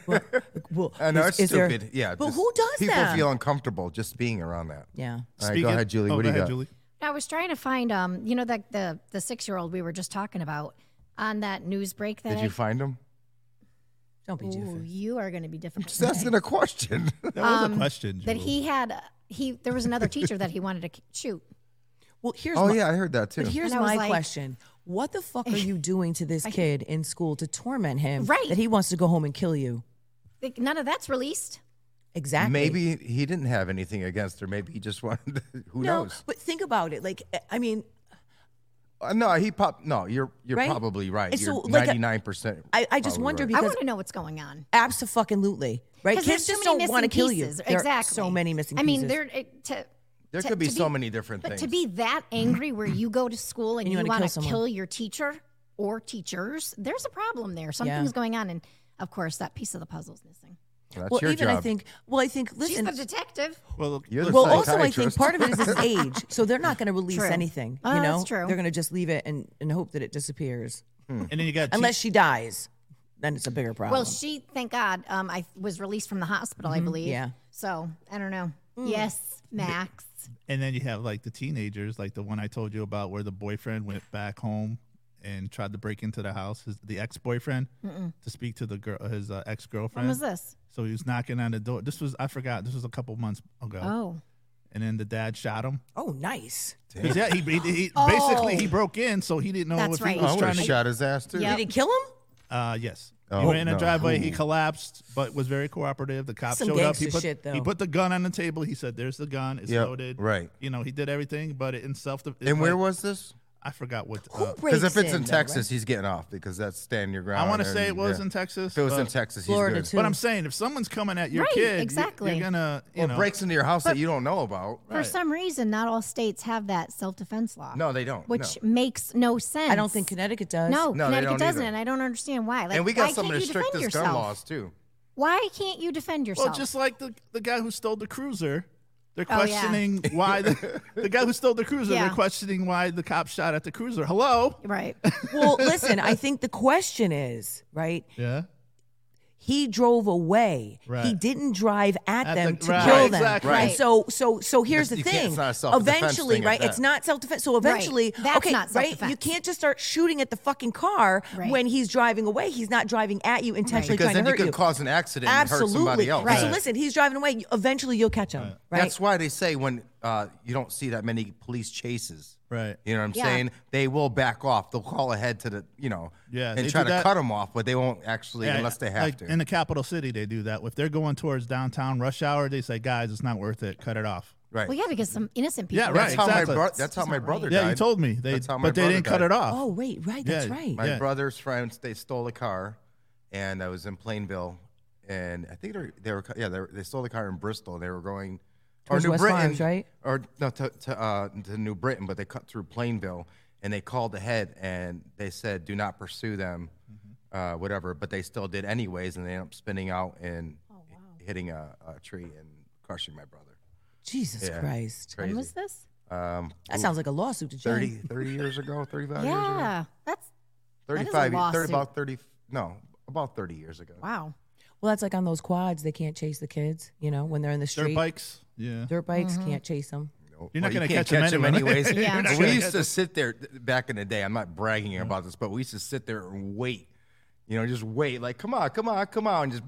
D: Well,
B: I know
D: is-
B: it's
D: is there-
B: stupid. yeah.
D: but
B: just
D: who does
B: people
D: that?
B: feel uncomfortable just being around that.
D: yeah.
B: All right, go
C: Speaking-
B: ahead, Julie.
C: Oh,
B: what
C: go
B: do you
C: ahead,
B: got?
C: Julie.
E: I was trying to find, um, you know, that the the six year old we were just talking about on that news break. That
B: Did
E: I,
B: you find him?
D: Don't be
E: Ooh,
D: doofus.
E: you are going to be different.
B: Just asking a question.
C: That was a question.
E: Um, that
C: Julie.
E: he had he there was another teacher that he wanted to k- shoot.
D: Well, here's
B: oh
D: my,
B: yeah, I heard that too.
D: But here's
E: And I was
D: my
E: like-
D: question: What the fuck are you doing to this kid in school to torment him?
E: Right.
D: That he wants to go home and kill you.
E: Like, none of that's released.
D: Exactly.
B: Maybe he didn't have anything against her. Maybe he just wanted. To, who
D: No,
B: knows?
D: but think about it. Like, I mean,
B: Uh, no, he popped. No, you're you're
D: Right?
B: probably right.
D: It's
B: You're
D: so, like a-
B: ninety nine percent.
D: I, I just wonder
E: I
D: because
E: want to know what's going on.
D: Absolutely. Right?
E: 'Cause
D: Kids
E: there's
D: just
E: so many
D: don't want to
E: missing
D: kill you.
E: pieces.
D: There are
E: exactly.
D: so many missing
E: I mean,
D: pieces.
E: there it, to,
B: There
E: to-
B: could be
E: to
B: so many different
E: but to
B: things.
E: be that angry where you go to school and,
D: you
E: you
D: wanna
E: want
D: kill
E: to kill,
D: someone.
E: your teacher or teachers, there's a problem there. Something's going on, and of course, that piece of the puzzle's missing.
B: That's
D: well,
B: your
D: even
B: job.
D: I think, well, I think,
E: She's
D: listen.
E: the detective.
C: Well,
B: You're the
C: listen,
D: Well, also, I think
B: psychiatrist.
D: part of it is his age. So they're not going to release
E: True.
D: anything.
E: Oh,
D: you know?
E: that's true.
D: They're going to just leave it and, and hope that it disappears.
C: and then you got
D: Unless she dies, then it's a bigger problem.
E: Well, she, thank God, um, I was released from the hospital,
B: Mm-hmm.
E: I believe.
D: yeah.
E: So I don't know.
B: Mm.
E: Yes, Max.
C: And then you have like the teenagers, like the one I told you about, where the boyfriend went back home and tried to break into the house, his, the ex-boyfriend, to speak to the girl, his uh,
E: When
C: ex-girlfriend.
E: was this?
C: So he was knocking on the door. This was I forgot. This was a couple months ago.
E: Oh,
C: And then the dad shot him.
D: oh, nice.
C: 'Cause, Yeah, he, he, he-
E: Oh.
C: basically he broke in, so he didn't know
E: That's
C: if
E: right.
C: he
B: Oh, I
C: was
B: would
C: trying
B: have
C: to.
B: shot his ass too.
E: Yeah.
D: Did he kill him?
C: Uh, yes.
B: Oh,
C: he ran in a
B: no.
C: driveway. He collapsed, but was very cooperative. The cop
D: Some
C: showed up. He
D: gangsta
C: put,
D: shit, though.
C: he put the gun on the table. He said, "There's the gun. It's
B: Yeah,
C: loaded."
B: right.
C: You know, he did everything, but it, in self. it,
B: And where
C: like,
B: was this?
C: I forgot what.
D: Who
C: uh,
D: breaks
B: Because if it's in
D: though,
B: Texas, he's getting off because that's standing your ground.
C: I want to
B: and-
C: say it was
B: yeah.
C: in Texas.
B: If it was in
C: but-
B: Texas, he's
D: Florida,
B: good.
D: too.
C: But I'm saying, if someone's coming at your
E: Right,
C: kid, you-
E: exactly.
C: you're gonna, you
B: Or
C: know,
B: breaks into your house that you don't know about.
E: for some reason, not all states have that self-defense law.
B: No, they don't,
E: Which
B: no.
E: makes no sense.
D: I don't think Connecticut does.
E: No,
B: No, they
E: Connecticut
B: don't
E: doesn't,
B: either.
E: and I don't understand why. Like,
B: and we
E: why
B: got
E: can't
B: some of
E: you
B: the
E: defend
B: strictest
E: yourself?
B: gun laws too.
E: Why can't you defend yourself?
C: Well, just like the, the guy who stole the cruiser, they're
E: Oh, yeah.
C: questioning why the, the guy who stole the cruiser,
E: Yeah.
C: they're questioning why the cop shot at the cruiser. Hello.
E: right.
D: Well, listen, I think the question is, right?
C: Yeah.
D: He drove away. He
C: Right.
D: didn't drive at,
C: At
D: them
C: the-
D: to
C: right,
D: kill them.
C: exactly.
D: And so so so here's the
B: You can't-
D: thing.
B: it's not a self-defense
D: eventually,
B: thing at
D: right?
B: that.
D: It's not self defense. So eventually,
E: That's
D: okay,
E: not
D: right? You
E: self-defense.
D: can't just start shooting at the fucking car
E: Right.
D: when he's driving away. He's not driving at you intentionally
B: because
D: trying
B: then
D: to
B: you
D: hurt
B: could cause an accident and hurt somebody
D: Absolutely.
B: else.
D: So listen, he's driving away. Eventually, you'll catch him. Right.
B: That's why they say when uh, you don't see that many police chases.
C: Right.
B: You know what I'm
E: Yeah.
B: saying? They will back off. They'll call ahead to the, you know,
C: Yeah,
B: and
C: they
B: try
C: do
B: to
C: that-
B: cut them off, but they won't actually
C: Yeah,
B: unless they have
C: like
B: to.
C: In the capital city, they do that. If they're going towards downtown rush hour, they say, guys, it's not worth it. Cut it off.
B: right.
E: Well, yeah, because some innocent people.
C: Yeah,
E: are
C: right,
B: That's how
C: exactly.
B: my bro- that's how my brother died.
C: Yeah, you told me. They,
B: That's how my
C: but they
B: brother
C: didn't cut
B: died.
C: it off.
D: Oh, wait, right. That's
C: Yeah.
D: right.
B: My
C: Yeah.
B: brother's friends they stole a car, and I was in Plainville, and I think they were, they were yeah they, were, they stole the car in Bristol. They were going
D: Towards
B: or New
D: West
B: Britain,
D: Farms, right?
B: Or no, to to, uh, to New Britain, but they cut through Plainville, and they called ahead, and they said, "Do not pursue them." Uh, whatever, but they still did anyways, and they ended up spinning out and hitting a, a tree and crushing my brother.
D: Jesus Christ.
E: When
B: Crazy.
E: was this?
D: That sounds like a lawsuit to Jen.
B: 30, 30 years ago, 35 years ago?
E: Yeah, that's
B: 35 years, 30,
E: lawsuit.
B: about 30, no, about 30 years ago.
E: wow.
D: Well, that's like on those quads. They can't chase the kids, you know, when they're in the
C: Dirt
D: street.
C: bikes. Yeah.
D: Dirt bikes
E: Mm-hmm.
D: can't chase them.
C: You're not
B: Well,
C: gonna
B: Oh, can't
C: catch 'em anyway.
B: anyways.
E: Yeah. You're not
B: But
C: gonna
B: we used
C: catch
B: to sit there th- back in the day. I'm not bragging about this, but we used to sit there and wait. You know, just wait. Like, come on, come on, come on. Just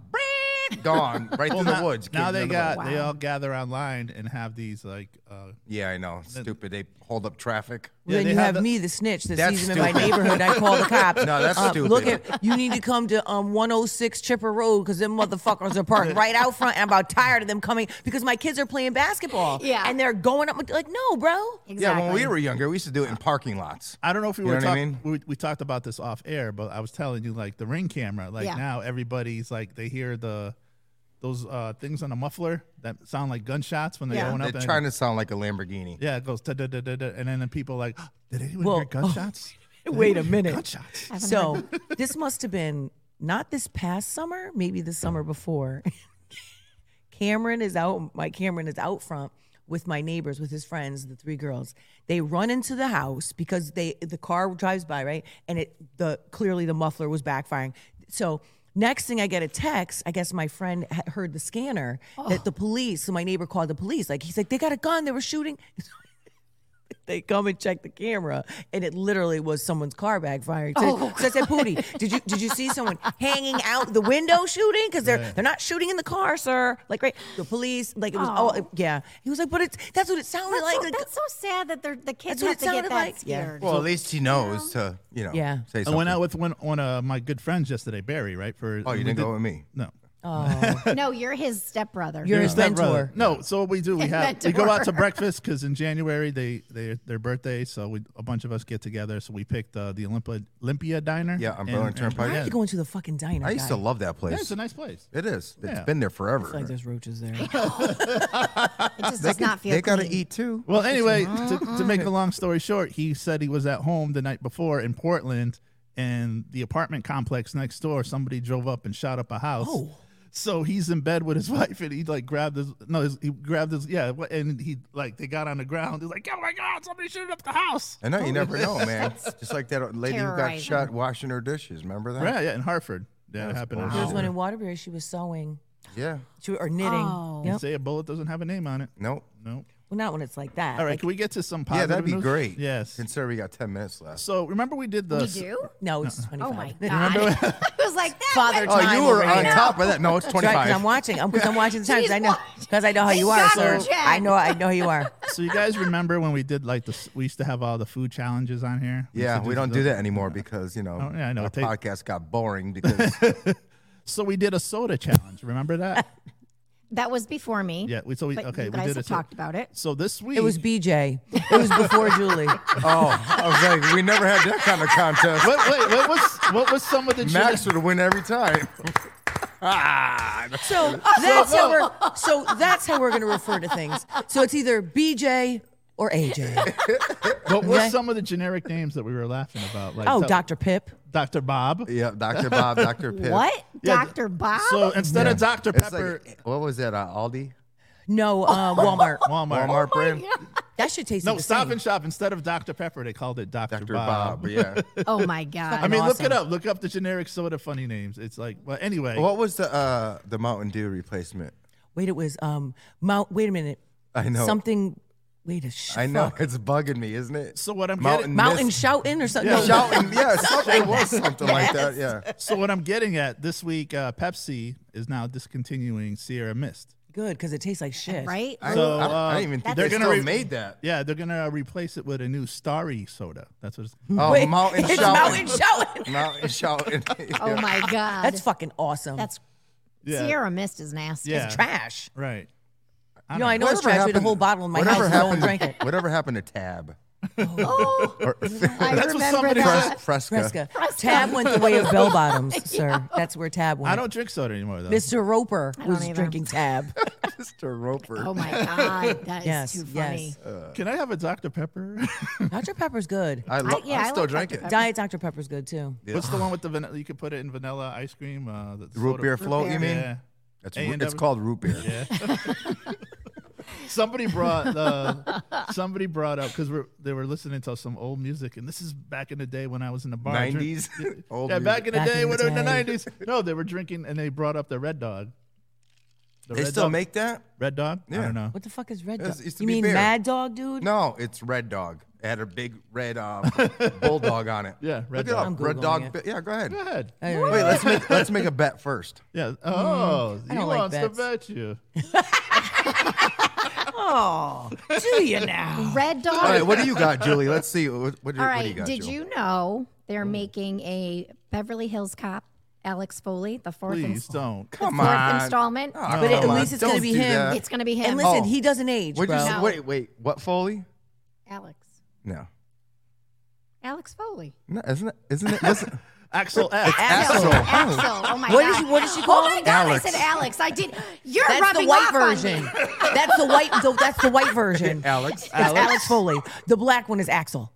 B: gone right through the
C: now,
B: woods.
C: Now
B: kids
C: they
B: in the
C: got
B: woods.
C: they all gather online and have these like uh,
B: Yeah, I know. Stupid. They hold up traffic.
C: Yeah,
D: then
C: they
D: you
C: have
D: have
C: the-
D: me, the snitch, that
B: That's
D: sees them in my
B: stupid.
D: neighborhood. I call the cops.
B: No, that's
D: Uh,
B: stupid.
D: Look at you need to come to um 106 Chipper Road because them motherfuckers are parked right out front, and I'm about tired of them coming because my kids are playing basketball.
E: Yeah.
D: and they're going up like, no, bro.
E: Exactly.
B: Yeah, when we were younger, we used to do it in parking lots.
C: I don't know if we
B: You
C: were
B: know what I
C: talking.
B: mean?
C: We, we talked about this off air, but I was telling you like the ring camera. Like
E: Yeah.
C: now everybody's like they hear the those uh, things on the muffler that sound like gunshots when they're
E: Yeah.
C: going
B: They're
C: up. and-
B: trying to sound like a Lamborghini.
C: yeah, it goes da da da da, da, and then the people like, "Oh, did anyone
D: Well, oh,
C: hear gunshots? Did
D: wait a
C: anyone hear
D: minute.
C: Gunshots.
E: I haven't heard
D: So this must have been not this past summer, maybe the summer before. Cameron is out. My Cameron is out front with my neighbors, with his friends, the three girls. They run into the house because they the car drives by right, and it the clearly the muffler was backfiring. So next thing I get a text. I guess my friend ha- heard the scanner that the police. So my neighbor called the police. Like he's like they got a gun. They were shooting. They come and check the camera, and it literally was someone's car backfiring. So,
E: Oh.
D: so I said, "Pootie, did you did you see someone hanging out the window shooting? Because they're they're not shooting in the car, sir. Like right, the police. Like it was. Oh, it- yeah. He was like, but it's that's what it sounded
E: That's,
D: like.
E: so,
D: Like,
E: that's so sad that they're, the kids
D: That's what
E: have
D: it
E: to
D: sounded
E: get that
D: like. Yeah.
E: scared.
B: Well, at least he knows to, you know,
D: Yeah.
B: say
C: I
B: something.
C: went out with one one of my good friends yesterday, Barry. Right for
B: oh,
C: and
B: you
C: we
B: didn't
C: did-
B: go with me.
C: No,
E: no, you're his stepbrother.
D: You're his
C: His stepbrother.
D: mentor.
C: No, so what we do, we have we go
E: Mentor.
C: out to breakfast because in January they they their birthday, so we a bunch of us get together. So we picked uh, the Olympia Olympia Diner.
B: Yeah, on Berlin Turnpike.
D: Why are you going to the fucking diner?
B: I used to
D: guy?
B: love that
C: Yeah,
B: place.
C: it's a nice place.
B: It is. It's
C: Yeah.
B: been there forever.
D: It's like there's roaches there.
E: It just does not feel
B: they got to
E: clean.
B: eat too.
C: Well, anyway, to, to make a long story short, he said he was at home the night before in Portland, and the apartment complex next door, somebody drove up and shot up a house.
D: Oh.
C: So he's in bed with his wife, and he like grabbed his no, his, he grabbed his yeah, wh- and he like they got on the ground. He's like, oh my god, somebody shooting up the house.
B: I know you never know, man. Just like that lady who got
E: terrorizing.
B: shot washing her dishes. Remember that?
C: Yeah, yeah, in Hartford. Yeah, it happened. in
D: There was
C: Hartford.
D: one
B: Oh.
D: in Waterbury. She was sewing,
B: Yeah.
D: she or knitting.
E: Oh.
D: Yep.
C: Say a bullet doesn't have a name on it.
B: Nope.
C: No.
D: Well, not when it's like that.
C: All right,
D: Like,
C: can we get to some
B: Yeah,
C: positive
B: that'd be
C: news?
B: great.
C: Yes.
B: Consider we got ten minutes left.
C: So remember we did the
E: We do?
D: no,
B: Uh-uh.
D: it's twenty five.
E: Oh my god! I was like that.
D: Father
E: went-
B: Oh,
D: Time
B: you were
D: over
B: on
D: here.
B: top of that. No, it's
D: That's right, because
B: twenty-five.
D: I'm watching. I'm because I'm watching the times.
E: She's
D: I know
E: watching.
D: because I know how you
E: She's
D: are,
E: got her
D: sir.
E: check.
D: I know I know who you are.
C: So you guys remember when we did like the we used to have all the food challenges on here?
B: yeah,
C: used to
B: we don't do that anymore because you know,
C: Oh, yeah, I know.
B: our
C: It take-
B: podcast got boring because
C: So we did a soda challenge. Remember that?
E: That was before me.
C: yeah. We so we
E: But
C: okay.
E: you
C: we
E: guys
C: did
E: have
C: a so-
E: talked about it.
C: So this week
D: It was BJ. It was before Julie.
B: oh, I was like, we never had that kind of contest.
C: What, wait, what was what was some of the
B: Max
C: challenge-
B: would win every time. ah,
D: So that's how we're so that's how we're gonna refer to things. So it's either BJ or AJ.
C: What were
D: Okay.
C: some of the generic names that we were laughing about? Like
D: Oh,
C: so-
D: Dr. Pip.
C: Dr. Bob.
B: yeah, Dr. Bob, Dr. Pitt.
E: What,
C: Yeah,
E: Doctor Bob?
C: So instead of Dr.
B: It's
C: Pepper,
B: like, what was that? Uh, Aldi,
D: No, uh, Walmart.
E: Oh
C: Walmart.
B: Walmart brand.
D: That should taste
C: No,
D: the
C: Stop
D: same.
C: and Shop instead of Dr Pepper, they called it Dr,
B: Dr. Bob. Yeah.
E: Oh my
C: I
E: god.
C: mean, look
D: Awesome.
C: it up. Look up the generic soda funny names. It's like, well, anyway,
B: what was the uh, the Mountain Dew replacement?
D: Wait, it was um Mount. Wait a minute.
B: I know.
D: something. Wait a sh-
B: I know
D: fuck.
B: it's bugging me, isn't it?
C: So what I'm
B: Mountain
C: getting-
D: Mountain
B: Mist-
D: shouting or something.
C: Yeah,
D: No,
C: shout-
B: Mountain. Yeah, something was something like that. Yeah.
C: so what I'm getting at this week, uh, Pepsi is now discontinuing Sierra Mist.
D: good because it tastes like shit.
E: right?
B: I,
C: So,
B: I, I
C: uh,
B: didn't even think
E: They're
B: they
C: gonna
B: still
C: re-
B: made that.
C: Yeah, they're gonna replace it with a new Starry soda. That's what. It's,
B: Oh,
D: Wait,
B: Mountain
D: it's
B: Shouting.
D: Mountain shouting.
B: Mountain Shouting.
E: Oh my god.
D: That's fucking awesome.
E: That's
C: yeah,
E: Sierra Mist is nasty.
C: Yeah.
D: trash.
C: Right.
D: You know, I know it's
B: Whatever
D: trash. We had a
B: happened-
D: whole bottle in my
B: whatever
D: house. No one
B: happened to-
D: drank it.
B: Whatever happened to Tab?
E: Oh,
B: Or,
E: I
C: That's what
E: remember
C: somebody-
E: that.
B: Fres- Fresca.
D: Fresca. Tab went the way of bell bottoms, sir. That's where Tab went.
C: I don't drink soda anymore though.
D: Mr. Roper was
E: either.
D: drinking Tab.
B: Mr. Roper.
E: Oh my god, that is
D: Yes,
E: too
D: yes.
E: funny.
C: Can I have a Dr Pepper?
D: Dr. Pepper's good.
B: I, lo-
E: I- yeah,
B: I
E: I
B: still
E: like
B: drink
E: Dr.
B: it.
E: Pepper.
D: Diet Dr. Pepper's good too.
C: What's the one with the vanilla? You could put it in vanilla ice cream. Uh, the
B: Root
C: soda-
B: beer float, you
E: beer.
B: mean?
C: Yeah.
B: It's,
C: A&W.
B: ru- it's called root beer.
C: Somebody brought uh, somebody brought up because they were listening to some old music, and this is back in the day when I was in the bar. drink-
B: 90s. Old
C: yeah, back
B: music.
C: in the
D: Back
C: day
D: in
C: when
D: the
C: in the
D: day.
C: nineties. No, they were drinking, and they brought up the Red Dog. The
B: They
C: Red
B: still
C: Dog-
B: make that?
C: Red Dog. I
B: Yeah.
C: don't know.
D: What the fuck is Red
B: It's-
D: Dog?
B: it's to
D: you
B: be
D: mean
B: fair.
D: Mad Dog, dude?
B: No, it's Red Dog. It had a big red uh, bulldog on it.
C: Yeah,
B: Look
C: Red
B: it
C: Dog.
B: up.
D: I'm
B: red
D: Googling
B: Dog.
D: it.
B: Bi- yeah, go ahead.
C: Go ahead.
B: Wait, let's make let's make a bet first.
C: Yeah. Oh, he
D: don't like
C: wants to
D: bets.
C: bet you.
D: Oh, do you now?
E: Red Dog.
B: All right, what do you got, Julie? Let's see. What, what, do,
E: All
B: what do you
E: right,
B: got? Mm.
E: did
B: Julie?
E: you know they're making a Beverly Hills Cop, Alex Foley, the fourth,
C: Please
E: inst- the
C: don't.
B: Come
E: fourth
B: on.
E: installment?
B: Oh,
D: But at
B: come on,
D: least it's gonna
B: don't
D: be
B: do
D: him.
B: that.
E: It's going to be him.
D: And listen,
B: Oh.
D: he doesn't age,
B: What'd you
D: bro.
B: say? Wait, wait. What Foley?
E: Oh. Alex.
B: No.
E: Alex Foley.
B: No, isn't it? Isn't it? Listen,
C: Axel X.
B: Axel.
E: Axel. Oh my
D: What
E: god.
D: did you- what did she call
E: Oh my
D: him?
E: god,
B: Alex.
E: I said Alex. I did. You're
D: That's the
E: rubbing
D: white
E: off on me.
D: version. That's the white. The, that's the white version.
B: Alex.
D: It's Alex. Foley. The black one is Axel.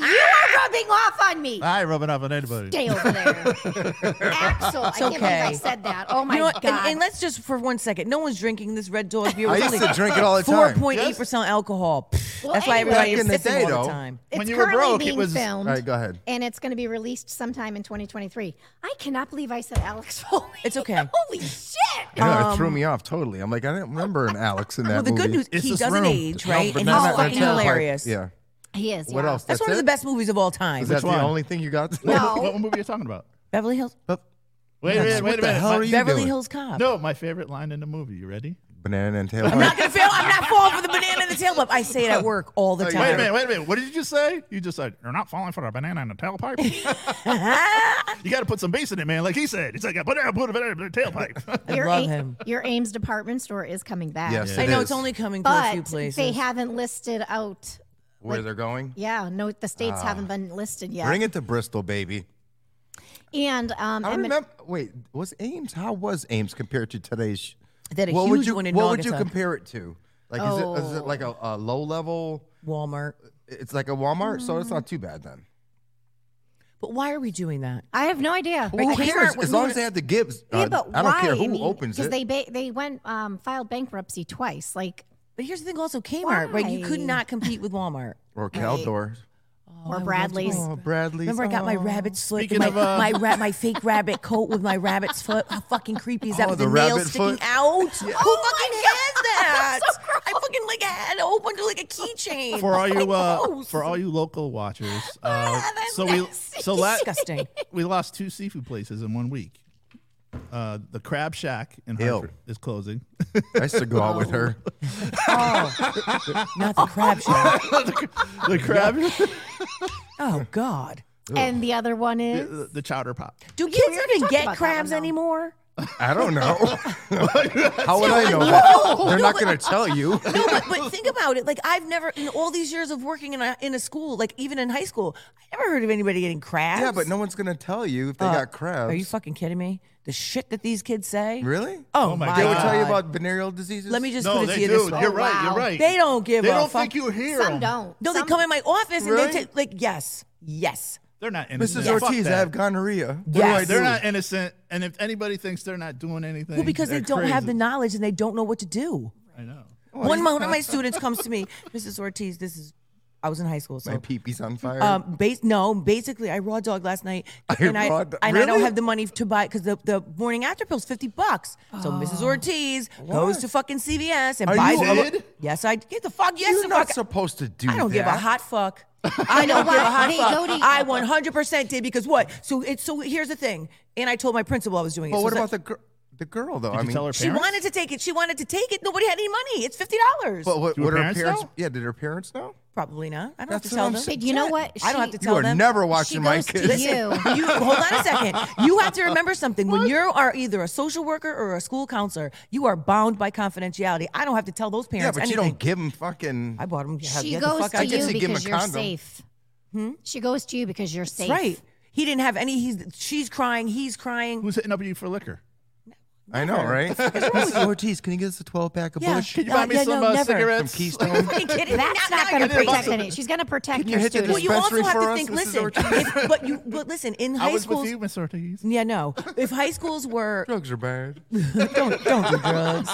E: You are rubbing off on me.
B: Ah.
C: I ain't rubbing up on anybody.
E: Stay over there. Axel. I can't believe I
D: okay.
E: said that. Oh my
D: You know, what?
E: god.
D: and, and let's just for one second. No one's drinking this red dog beer.
B: I used to drink it all the
D: Four
B: time.
D: point eight percent alcohol. Pfft,
E: Well,
D: that's why
E: anyway.
D: everybody
B: Back
D: is
B: in the
D: sipping
B: day,
D: all
B: though.
D: the time.
E: it's
C: when you were
E: currently
C: broke, it
E: being
C: was-
E: filmed.
B: All right, go ahead.
E: and it's going to be released sometime in 2023. I cannot believe I said Alex Foley.
D: It's okay.
E: Holy shit!
B: Yeah, it threw me off totally. I'm like, I didn't remember an Alex in that
D: Well, the
B: movie.
D: good news,
C: It's
D: he
C: this
D: doesn't
C: room.
D: age,
B: No,
D: right?
B: but
D: and
B: not- not
D: he's
E: that
D: fucking
E: tailpipe.
B: Tailpipe.
D: hilarious.
B: Yeah.
E: He is.
B: What
E: yeah.
B: else?
D: That's, one of
B: it?
D: the best movies of all time.
B: Is that
C: one?
B: the only thing you got?
E: No.
C: What, what movie are you talking about?
D: Beverly Hills.
C: Wait, wait, wait,
B: What
C: a
B: the
C: minute.
B: hell
C: My-
B: are you
D: Beverly
B: doing?
D: Hills Cop.
C: No, my favorite line in the movie. You ready?
B: Banana and
D: I'm not
B: tailpipe.
D: gonna fail. I'm not falling for the banana in the tailpipe. I say it at work all the time.
C: Wait a minute, wait a minute. What did you just say? You just said you're not falling for a banana in a tailpipe. you got to put some bass in it, man. Like he said, it's like a banana, put a banana in a tailpipe.
D: I
E: Your,
D: love
E: A-
D: him.
E: your Ames department store is coming back.
B: Yes,
C: Yeah.
D: I
B: it
D: know
B: is.
D: it's only coming to a
E: But
D: few places.
E: they haven't listed out.
B: where they're going.
E: Yeah, no, the states haven't been listed yet.
B: Ah. Bring it to Bristol, baby.
E: And um,
B: I
E: Emmett-
B: remember. Wait, was Ames? How was Ames compared to today's? sh-
D: They had a
B: what would
D: huge
B: you,
D: one in
B: What would you
D: Naugatuck.
B: compare it to? Like, is, it, is it like a, a low level?
D: Walmart.
B: It's like a Walmart, so
D: Mm.
B: it's not too bad then.
D: But why are we doing that?
E: I have no idea.
B: Who
D: But Kmart
B: cares?
D: was
B: As long
D: moving-
B: as they have the Gibbs, uh,
E: yeah, but
B: I don't
E: why?
B: care who
E: I mean,
B: opens
E: 'cause
B: it.
E: they ba- they went um, filed bankruptcy twice. Like
D: But here's the thing also Kmart, right? You could
E: Why?
D: not compete with Walmart.
B: or Caldor.
E: or Bradley's.
B: Oh, Bradley's.
D: Remember, I got my rabbit slit,
C: Speaking
D: my,
C: of, uh,
D: my, ra- my fake rabbit coat with my rabbit's foot. How fucking creepy is that
B: Oh,
D: with
B: the
D: the, nail
B: rabbit
D: sticking
B: foot?
D: out? Who fucking has that? I fucking like had it opened like a keychain.
C: for all you uh,
D: Gross.
C: for all you local watchers, uh,
E: that's
C: so we so la-
D: Disgusting.
C: we lost two seafood places in one week. Uh, the Crab Shack in
B: Ew.
C: Hartford is closing.
B: I used to go out
D: Oh.
B: with her.
D: Not the crab shack.
C: the Crab,
D: Oh God.
E: And the other one is
C: the, the Chowder Pop.
D: Do kids
E: we already
D: even
E: talked about
D: get
E: that one,
D: crabs
E: though.
D: anymore?
B: I don't know. How would I know that? They're not going to tell you.
D: No, but, but think about it. Like I've never, in all these years of working in a, in a school, like even in high school, I never heard of anybody getting crabs.
B: Yeah, but no one's going to tell you if they got crabs.
D: Uh, Are you fucking kidding me? The shit that these kids say.
B: really?
D: Oh,
C: my
D: my
C: God.
D: god.
B: They would tell you about venereal diseases.
D: Let me just
C: No,
D: put it
C: they
D: to
C: do.
D: you this way.
C: You're right. You're
E: Wow.
C: right.
D: They don't give
C: They
D: a
C: don't
D: fuck.
C: think you
B: uh,
C: hear
E: some
C: 'em.
E: don't.
D: No, they
E: Some-
D: come in my office and
B: Really?
D: they take like yes, yes.
C: They're not innocent.
B: Mrs.
C: Fuck
B: Ortiz, I
C: that.
B: have gonorrhea.
C: They're
D: Yes.
C: like, They're not innocent. And if anybody thinks they're not doing anything,
D: Well, because they
C: they're
D: don't have the
C: crazy.
D: knowledge and they don't know what to do.
C: I know.
D: One mo- one of my students comes to me, Mrs. Ortiz. This is, I was in high school, so
B: My peepee's on fire.
D: Um, bas- no, basically, I raw dog last night,
B: I
D: and I
B: raw do-
D: and I don't
B: Really?
D: have the money to buy because the, the morning after pill's fifty bucks. So Mrs. Ortiz goes to fucking CVS and
B: Are
D: buys.
B: you
D: a lo-
B: did?
D: Yes, I get the fuck. Yes,
B: You're
D: the
B: not
D: fuck.
B: supposed to do
D: I don't give a
B: that.
D: hot fuck. I don't give a hot
E: They
D: fuck.
E: go to-
D: I 100% did because what? So it's so here's the thing, and I told my principal I was doing it.
B: But
D: So
B: what
D: it's like-
B: about the girl? The girl though. I
C: you
B: mean,
C: tell her
D: she
C: parents?
D: wanted to take it. She wanted to take it. Nobody had any money. It's fifty dollars.
B: But what,
C: Do her
B: what her
C: parents
B: parents?
C: know?
B: Yeah, did her parents know?
D: Probably not. I don't have to
B: That's what
D: tell
B: I'm
D: them.
B: saying.
E: But you know what?
D: I don't have
E: She-
D: to
B: You
D: tell
B: are
D: them.
B: never
E: she
B: watching my
E: goes to
B: kids.
E: you.
D: you hold on a second. You have to remember something. When you are either a social worker or a school counselor, you are bound by confidentiality. I don't have to tell those
B: Yeah,
D: parents
B: but you
D: anything.
B: don't give them fucking.
D: I bought them.
E: She
D: get the
E: goes
D: fuck out.
E: to
D: I did
E: you
B: say give him
E: because
B: a
E: you're
B: condom.
E: safe. She goes to you because you're safe.
D: That's right. He didn't have any. He's she's crying. He's crying.
C: Who's hitting up you for liquor?
B: I know, right? Mrs. Ortiz, can you get us a 12 pack of
D: Yeah.
B: Bush?
C: Can you
D: Uh,
C: buy me
D: yeah,
C: some
D: no,
C: uh,
D: never.
B: Some
C: cigarettes?
B: Keystone.
D: Are you kidding?
E: That's
D: Now-
E: not
D: now
E: going
D: you're
E: to
D: gonna
E: protect
D: fuck-
E: any. She's going to protect
B: Can you
E: your
B: hit the
E: students.
D: Well, you also
B: dispensary
D: have
B: for
D: to
B: us,
D: think.
B: Mrs.
D: Listen,
B: Ortiz?
D: if- but you but listen in
C: I
D: high
C: was with
D: schools.
C: you, Miss Ortiz.
D: Yeah, no. If high schools were
B: Drugs are bad.
D: don't don't do drugs.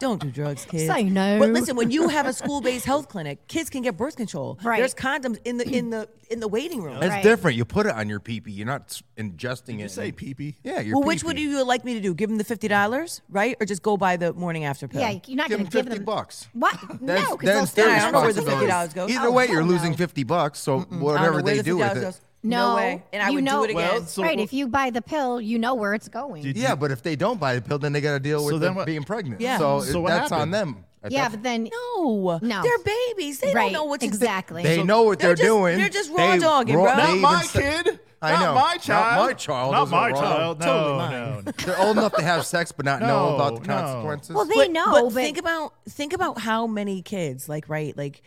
D: Don't do drugs, kids.
E: Say no.
D: But listen, when you have a school-based health clinic, kids can get birth control.
E: Right.
D: There's condoms in the in the in the waiting room.
B: That's
E: Right.
B: different. You put it on your pee pee. You're not s- ingesting
C: You
B: it.
C: say pee pee.
B: Yeah, your
D: Well, which would
B: pee-pee.
D: you like me to do? Give them the fifty dollars, right, or just go buy the morning after pill?
E: Yeah, you're not
B: Give
E: going
B: them
E: to give
B: 50
E: them.
B: bucks.
E: What?
B: That's,
E: no, because they'll
B: that's
E: still
B: their
D: I don't know where the
B: responsibility.
D: $50 goes.
B: Either
E: Oh,
B: way, you're
E: hell
B: losing
E: no.
B: 50 bucks, so
D: I don't
B: whatever
D: know where
B: they
D: the
B: do with
D: $50
B: it.
D: goes.
E: No,
D: way, and I
E: you
D: would
E: know,
D: do it again.
C: Well, so
E: right.
C: we'll-
E: If you buy the pill, you know where it's going.
C: Did-
B: Yeah, but if they don't buy the pill, then they got to deal with
C: So then
B: them
C: what-
B: being pregnant.
D: Yeah.
B: So,
C: So what
B: that's on
C: happened?
B: them. At
E: yeah,
B: that
E: but then
D: no,
E: No.
D: they're babies. They
E: right,
D: don't know what to
E: exactly.
B: They know what
D: They're
B: they're,
D: just-
B: doing.
D: they're just raw
B: They
D: dogging,
B: raw-
D: bro.
B: they
C: Not
B: even
C: my
B: say-
C: kid.
B: I know.
C: Not my child.
B: Not my child.
C: Not
B: Those are
C: my
B: wrong.
C: child. No,
D: Totally
C: no,
D: mine.
C: no.
B: They're old enough to have sex but not know
C: No,
B: about the
C: no.
B: consequences.
E: well, they know,
D: but,
E: but,
D: think about think about how many kids, like right, like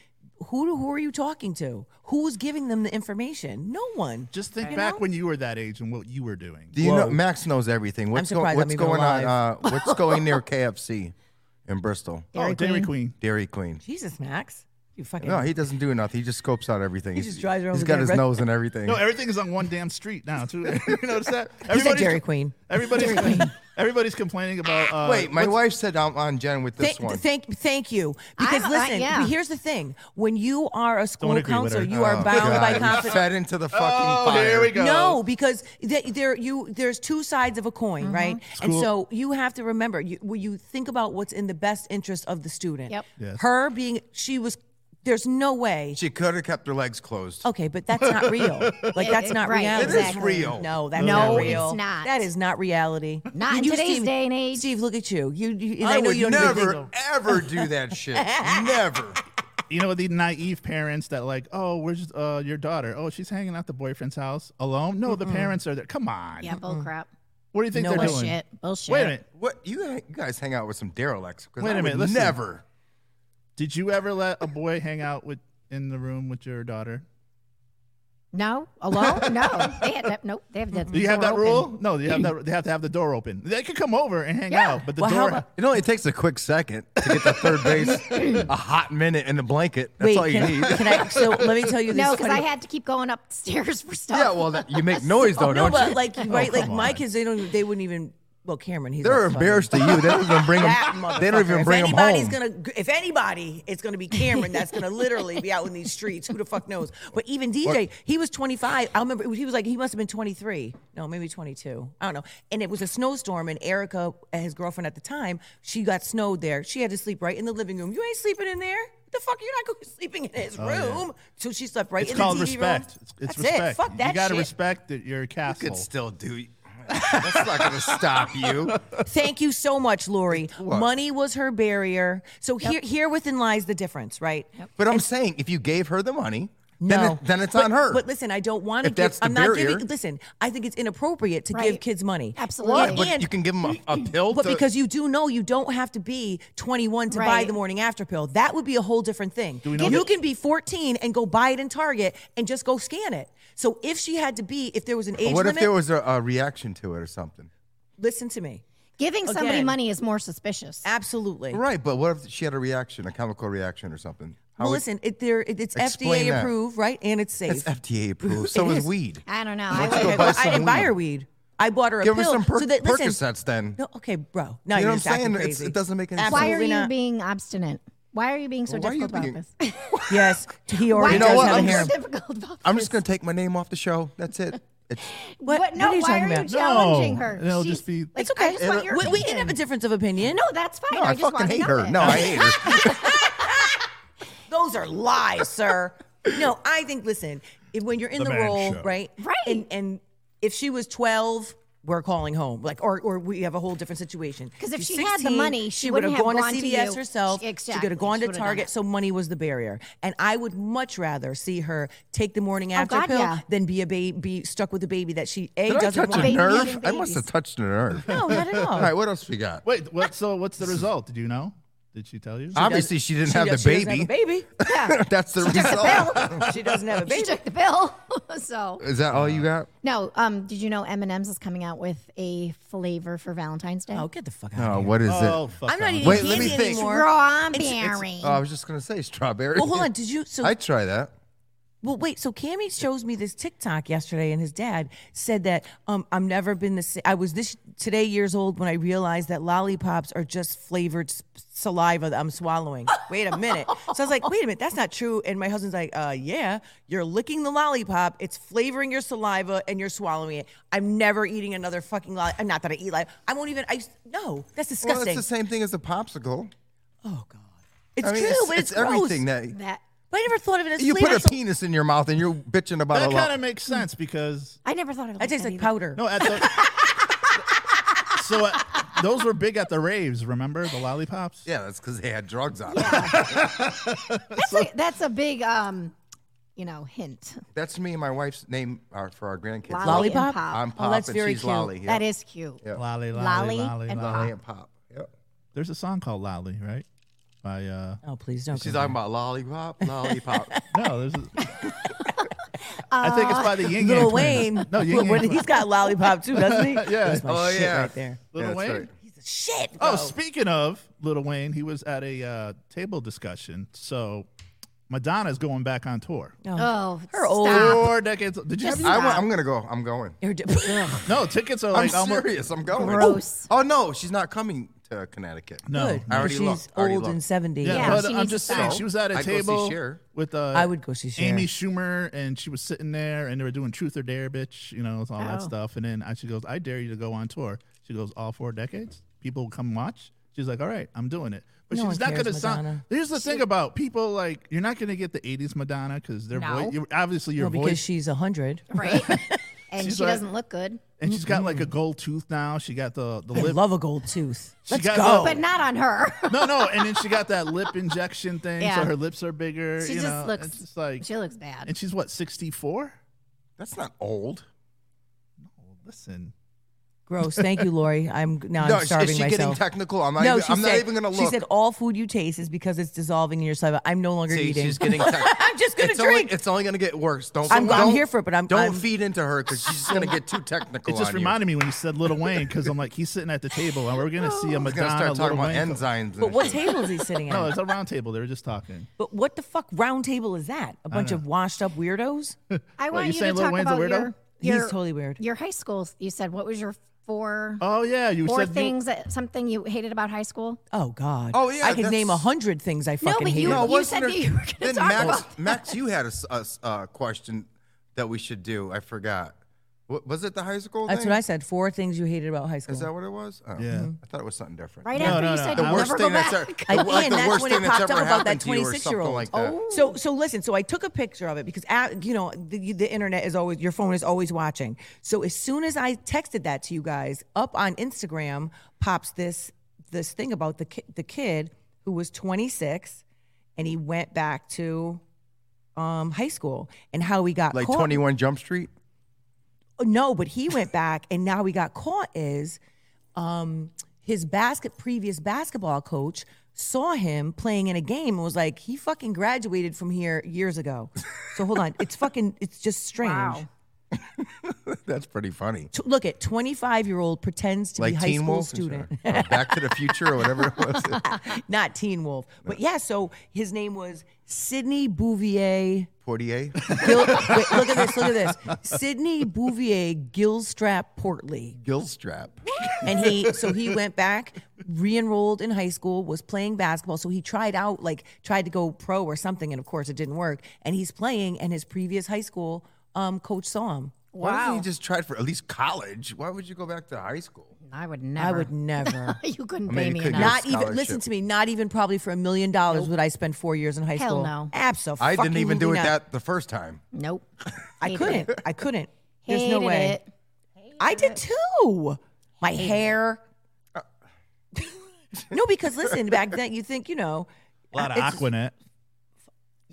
D: who who are you talking to? Who's giving them the information? No one.
C: Just think back when you were that age and what you were doing.
B: Do you know Max knows everything? What's, go-
D: surprised I'm
B: what's
D: even
B: going on? Uh, what's going near KFC in Bristol?
C: oh, Dairy Queen.
B: Dairy Queen.
D: Jesus, Max, you fucking.
B: No, he doesn't do enough. He just scopes out everything.
D: He
B: He's-
D: just drives around
B: He's
D: with
B: got
D: that
B: his
D: red-
B: nose and everything.
C: No, everything's on one damn street now, too. you notice that?
D: He said
C: Everybody's-
D: Dairy Queen.
C: Everybody's, everybody's complaining about. Uh,
B: Wait, my wife said I'm on Jen with this
D: Thank,
B: one.
D: thank, thank you. Because
E: I-
D: listen,
E: yeah.
D: here's the thing: when you are a school
C: Don't agree with
D: counselor,
C: her.
D: you are
B: Oh,
D: bound by
B: God, you
D: confidence.
B: Fed into the fucking
C: oh,
B: fire.
C: here we go.
D: No, because th- there you there's two sides of a coin,
E: Mm-hmm.
D: right? And so you have to remember you when you think about what's in the best interest of the student.
E: Yep.
C: Yes.
D: Her being she was there's no way.
B: She could have kept her legs closed.
D: Okay, but that's not real. Like that's not
E: Right,
D: reality.
E: It is exactly.
B: real.
D: No, that's
E: No,
D: not
E: it's
D: real.
E: not.
D: That is not reality.
E: Not in today's day and age.
D: Steve, look at you. You, you and I,
B: I,
D: know
B: would
D: you don't even think-
B: never, ever do that shit. never.
C: you know the naive parents that like, oh, where's uh, your daughter? Oh, she's hanging out the boyfriend's house alone. No, the parents are there. Come on.
E: yeah, bull crap.
C: What do you think
D: No
C: they're doing?
E: Bullshit. Bullshit.
C: Wait a minute.
B: What you, you guys hang out with some derelicts? 'cause
C: Wait
B: I
C: a
B: would
C: minute, listen.
B: Never.
C: Did you ever let a boy hang out with in the room with your daughter?
E: No, alone? No, they had that. Nope, they have that.
C: Do you have that
E: door open.
C: rule? No, they have that. They have to have the door open. They could come over and hang
E: Yeah.
C: out, but the
D: Well, how
C: door.
D: about-
B: It only takes a quick second to get to third base, a hot minute, and a blanket. That's
D: Wait,
B: all you
D: can,
B: need.
D: can I? So let me tell you this.
E: No, because I
D: funny-
E: had to keep going upstairs for stuff.
B: yeah, well, that, you make noise though,
D: No,
B: don't
D: but
B: you? Oh,
D: like right, like
C: come
D: my
C: on.
D: kids, they don't. even- They wouldn't even. Well, Cameron, he's
B: They're
D: like, fucking-
B: embarrassed to you. They don't even bring
D: That
B: them. They don't
D: motherfucker.
B: even bring
D: if
B: them
D: anybody's
B: home.
D: Gonna, if anybody, it's gonna be Cameron. That's gonna literally be out in these streets. Who the fuck knows? But even DJ, he was 25. I remember he was like he must have been 23. No, maybe 22. I don't know. And it was a snowstorm, and Erica, his girlfriend at the time, she got snowed there. She had to sleep right in the living room. You ain't sleeping in there. The fuck, you're not going sleeping in his room. So she slept right
C: Oh, It's
D: in
C: called
D: the TV
C: respect.
D: room.
C: It's, it's
D: That's
C: respect.
D: it. Fuck that
C: you gotta
D: shit.
C: respect that your castle.
B: could still do. That's not going to stop you.
D: Thank you so much, Lori. Money was her barrier. So here, here within lies the difference, right?
B: But I'm saying, if you gave her the money, then,
D: No.
B: it, then it's
D: But-
B: on her.
D: But listen, I don't want to
B: If
D: give.
B: that's the
D: I'm not
B: barrier.
D: giving. Listen, I think it's inappropriate to give
E: Right.
D: kids money.
E: Absolutely.
B: Yeah,
E: and-
B: but you can give them a, a pill.
D: But
B: to-
D: because you do know you don't have to be 21 to buy
E: Right.
D: the morning after pill. That would be a whole different thing.
C: we know
D: you
C: that-
D: can be 14 and go buy it in Target and just go scan it. So if she had to be, if there was an age
B: what if
D: limit,
B: there was a, a reaction to it or something?
D: listen to me.
E: Giving somebody
D: Again.
E: money is more suspicious.
D: Absolutely.
B: Right, but what if she had a reaction, a chemical reaction or something? How
D: Well,
B: would-
D: listen, it, there, it, it's
B: Explain
D: FDA
B: that.
D: approved, right? And it's safe.
B: It's FDA approved. So
D: It
B: is
D: is.
B: weed.
E: I don't know.
B: Let's
E: I
B: go
E: would,
B: buy
D: Well, I
B: some
D: didn't buy
B: weed.
D: her weed. I bought her a
B: Give her
D: pill.
B: some per-
D: so that, listen,
B: Percocets then.
D: No, okay, bro. No,
B: You
D: you're
B: know what I'm
D: just acting
B: saying? It's-
D: Crazy.
B: it doesn't make any sense.
E: Why are
D: Absolutely
E: you
D: not.
E: being obstinate? Why are you being so
B: Why are you
E: difficult about
B: being-
E: this?
D: Yes, he
E: Why
D: already
B: You know
D: does
B: what?
D: have
B: I'm
D: a hair.
E: so difficult about
B: I'm just gonna take my name off the show. That's it. It's,
D: What-
E: But no,
D: what are you
E: why
D: talking
E: are
D: about?
E: you challenging
C: No,
E: her?
C: it'll
E: She's-
C: just be-
E: Like,
D: It's okay.
E: I just want your
D: we, we can have a
E: opinion.
D: difference of opinion.
E: No, that's fine.
B: no, I,
E: just want
B: fucking
E: to
B: hate
E: know
B: her.
E: it.
B: No, I hate her.
D: Those are lies, sir. No, I think listen, if, when you're in
C: The
D: the,
C: man
D: role,
C: show.
D: right?
E: Right.
D: And and if she was 12, we're calling home, like, or or we have a whole different situation.
E: 'Cause if
D: She's
E: she had the
D: 16,
E: money, she
D: would
E: wouldn't
D: have
E: have
D: gone,
E: gone
D: to
E: to
D: CVS
E: you.
D: herself. She
E: She-
D: could
E: exactly.
D: have gone
E: She
D: to
E: would've done
D: Target.
E: it.
D: So money was the barrier, and I would much rather see her take the morning after
E: Oh, God,
D: pill
E: yeah.
D: than be a baby, be stuck with a baby that she a
B: Did I
D: doesn't
B: touch
D: want.
B: a
E: Baby
B: nerve?
E: eating
B: I must have
E: babies.
B: touched a nerve.
D: No, not at all.
B: All right, what else we got?
C: Wait, what? So what's the result? Did you know? Did she tell you?
B: Obviously, she didn't
D: She
B: have
D: does-
B: the
D: She doesn't
B: baby.
D: have a baby.
B: That's the result.
D: she doesn't have a
E: She
D: baby.
E: took the pill. so
B: Is that all you got?
E: no. Um, did you know M and M's is coming out with a flavor for Valentine's Day?
D: Oh, get the fuck out.
B: Oh, what is
C: Oh,
B: it?
C: fuck
D: I'm not
C: off.
D: eating
B: Wait,
D: candy
B: let me think.
D: anymore.
E: Strawberry.
B: Oh, I was just gonna say strawberry.
D: Well, hold on. Did you? So
B: I try that.
D: Well, wait. So Cammy shows me this TikTok yesterday, and his dad said that um, I've never been the same. I was this today years old when I realized that lollipops are just flavored s- saliva that I'm swallowing. Wait a minute. So I was like, wait a minute, that's not true. And my husband's like, uh, yeah, you're licking the lollipop. It's flavoring your saliva, and you're swallowing it. I'm never eating another fucking lollipop. Not that I eat like I won't even. I no, that's
B: Well,
D: disgusting.
B: it's the same thing as a popsicle.
D: oh god, it's
B: I mean,
D: true,
B: it's,
D: but it's,
B: it's
D: gross.
B: everything that
E: That
D: But I never thought of it as
B: you put
D: flavored
B: a
D: sal-
B: penis in your mouth and you're bitching about
C: That
B: a lot.
C: kind of makes sense because
E: I never thought of it.
D: That
E: Like
D: tastes
E: that
D: like powder.
E: either.
C: no, at the so uh, those were big at the raves. Remember the lollipops?
B: yeah, that's because they had drugs on. it.
E: That's, a, that's a big, um, you know, hint.
B: That's me and my wife's name are for our grandkids.
E: Lolly
D: Lolly-
E: and
D: Lollipop? Oh,
E: pop.
B: I'm Pop
D: that's
B: and
D: very
B: she's
D: cute.
B: Lolly. yeah.
E: That is cute.
C: Lolly, lolly,
E: Lolly
C: lolly,
E: and
C: lolly.
B: Lolly and Pop. Yep.
C: There's a song called Lolly, right? By uh,
D: Oh, please don't.
B: She's
D: go there.
B: talking about lollipop, lollipop.
C: no, there's. A, I think it's by the Ying Yang
D: Little
C: Twins.
D: Wayne.
C: No, Ying
D: Well,
C: Yang
D: well, he's
C: Twins.
D: got lollipop too, doesn't he?
C: Yeah.
D: That's my
B: Oh,
D: shit
B: yeah.
D: right there.
C: Little
B: Yeah, that's
C: Wayne.
B: right.
D: He's a shit.
C: Oh,
D: bro.
C: speaking of Little Wayne, he was at a uh, table discussion. So Madonna's going back on tour.
E: Oh,
D: Her old-
E: stop.
C: Four decades. Did you have
E: Just
C: any?
B: I wa- I'm gonna go. I'm going.
D: You're d- Ugh.
C: No, tickets are
B: I'm
C: like almost.
B: serious. I'm going.
E: Gross.
B: Oh no, she's not coming to Connecticut.
C: No.
D: Good.
B: I already
D: she's
B: looked. I already
D: old
B: looked.
D: and 70.
C: Yeah,
E: Yeah,
C: but
E: she
C: I'm
E: needs
C: just
E: to
C: saying
E: stop.
C: she was at a
B: I'd go see
C: table
B: Cher.
C: with uh,
D: I would go see Cher.
C: Amy Schumer, and she was sitting there, and they were doing Truth or Dare, bitch, you know, it's all that
E: Oh.
C: stuff. And then I, she goes, "I dare you to go on tour." She goes, "All four decades, people will come watch." She's like, "All right, I'm doing it," but
D: No
C: she's not
D: one cares,
C: going to sound.
D: Madonna.
C: Here's the thing about people like you're not going to get the '80s Madonna because their
E: No.
C: voice, you- obviously your
D: Well, because
C: voice,
D: she's 100.
E: Right. And
C: She's
E: she
C: like-
E: doesn't look good.
C: and she's got like a gold tooth now. She got the the
D: I
C: lip.
D: love a gold tooth.
C: She
D: Let's
C: got
D: go.
C: the-
E: But not on her.
C: no, no, and then she got that lip injection thing, so
E: Yeah.
C: her lips are bigger.
E: She
C: you
E: just
C: know,
E: looks-
C: It's just like,
E: she looks bad.
C: and she's what 64.
B: That's not old.
C: Listen,
D: Gross. Thank you, Lori. I'm now
B: no,
D: I'm
B: is-
D: starving
B: is she getting
D: myself.
B: technical? I'm not.
D: no,
B: even,
D: she
B: I'm
D: said,
B: not even gonna look.
D: She said all food you taste is because it's dissolving in your saliva. I'm no longer
B: See,
D: eating.
B: she's getting. Te-
D: I'm just gonna
B: it's
D: drink.
B: Only, it's only gonna get worse. Don't.
D: I'm- I'm
B: don't-
D: here for it, but I'm-
B: Don't
D: I'm-
B: feed into her because she's just gonna get too technical.
C: It just
B: on
C: reminded me when you said Little Wayne because I'm like he's sitting at the table and we're gonna see
B: you. She's
C: a
B: gonna
C: Madonna
B: start
C: Little
B: talking about
C: Wayne.
B: enzymes.
D: but
B: and
D: what
B: shit.
D: table is he sitting at?
C: No, it's a round table. They were just talking.
D: but what the fuck round table is that? A bunch of washed up weirdos?
E: I
C: you
E: want you to
C: saying Lil
E: talk
C: Wayne's a
E: about
C: weirdo?
E: your,
D: He's
E: your
D: totally weird.
E: Your high school. You said what was your four
C: Oh yeah, you
E: four
C: said you-
E: things that something you hated about high school?
D: Oh God.
B: Oh, yeah,
D: I could name a
B: that's-
D: hundred things I fucking
E: but
D: hated.
E: you-
D: about-
B: No,
E: you
B: wasn't
E: said
B: there-
E: that you were gonna
B: then
E: talk
B: Max,
E: about-
B: Max, you had a, s- a s- a question that we should do. I forgot. What, was it the high school?
D: That's
B: thing?
D: what I said. Four things you hated about high school.
B: Is that what it was? Oh,
C: Yeah.
B: I thought it was something different.
E: Right
C: No,
E: after
C: no,
E: you
C: no,
E: said
C: the
E: you
C: worst
E: never go
B: thing that's
E: back.
B: ever-
D: I,
B: like the
D: and that's
B: worst
D: when it
B: thing that's
D: popped up
B: ever
D: about
B: happened
D: that
B: to you or
D: 26 year old.
B: something like
E: Oh.
B: that.
D: So, so listen. So I took a picture of it because, I, you know, the, the internet is always your phone is always watching. So as soon as I texted that to you guys up on Instagram, pops this this thing about the ki- the kid who was 26 and he went back to um, high school and how he got
B: Like
D: caught.
B: 21 Jump Street.
D: No, but he went back and now he got caught is um his basket previous basketball coach saw him playing in a game and was like, he fucking graduated from here years ago. So hold on. It's fucking it's just strange.
E: Wow.
B: That's pretty funny.
D: T- look at 25 year old pretends to
B: Like
D: be high
B: Teen
D: school
B: Wolf, and
D: student.
B: shit. Or Back to the Future or whatever it was.
D: Not Teen Wolf. But yeah, so his name was Sidney Bouvier.
B: Portier.
D: Gil- wait, look at this, look at this. Sidney Bouvier Gilstrap Portley.
B: Gilstrap.
D: And he so he went back, re-enrolled in high school, was playing basketball. So he tried out, like tried to go pro or something, and of course it didn't work. And he's playing, and his previous high school um, coach saw him.
B: Why
E: Wow.
B: didn't you just try for at least college? Why would you go back to high school?
E: I would never.
D: I would never.
E: You couldn't
B: mean,
E: pay
B: you
E: me
B: couldn't
E: enough.
D: Not even
B: scholarship.
D: listen to me. Not even probably for a million dollars would I spend four years in high
E: Hell
D: school.
E: no.
D: Absolutely.
B: I didn't even do it that the first time.
E: nope.
D: I
E: Hated it.
D: couldn't. I couldn't. There's no
E: Hated
D: way.
E: it.
D: I did too. My hair.
B: Uh.
D: no, because listen, back then you think you know.
C: A lot of
D: it's-
C: Aquanet.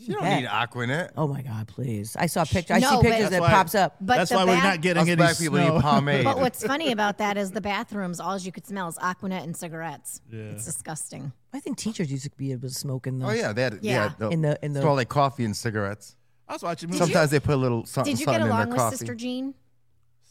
B: You don't
D: bet.
B: need Aquanet.
D: Oh my God! Please, I saw pictures. I
E: No,
D: see
E: but-
D: pictures that
C: That's why-
D: pops up.
E: But
C: That's
E: the
C: why we're
E: bath-
C: not getting
B: Us
C: any
B: black people
C: snow.
B: need pomade.
E: But what's funny about that is the bathrooms, all you could smell is Aquanet and cigarettes. It's disgusting.
D: I think teachers used to be able to smoke in the.
B: oh yeah, that yeah.
E: Yeah.
B: no.
D: In the- in the-
B: smell like coffee and cigarettes.
C: I was watching movies.
B: Sometimes they put a little something,
E: Did you get
B: something in
E: along
B: their
E: with
B: coffee.
E: Sister Jean?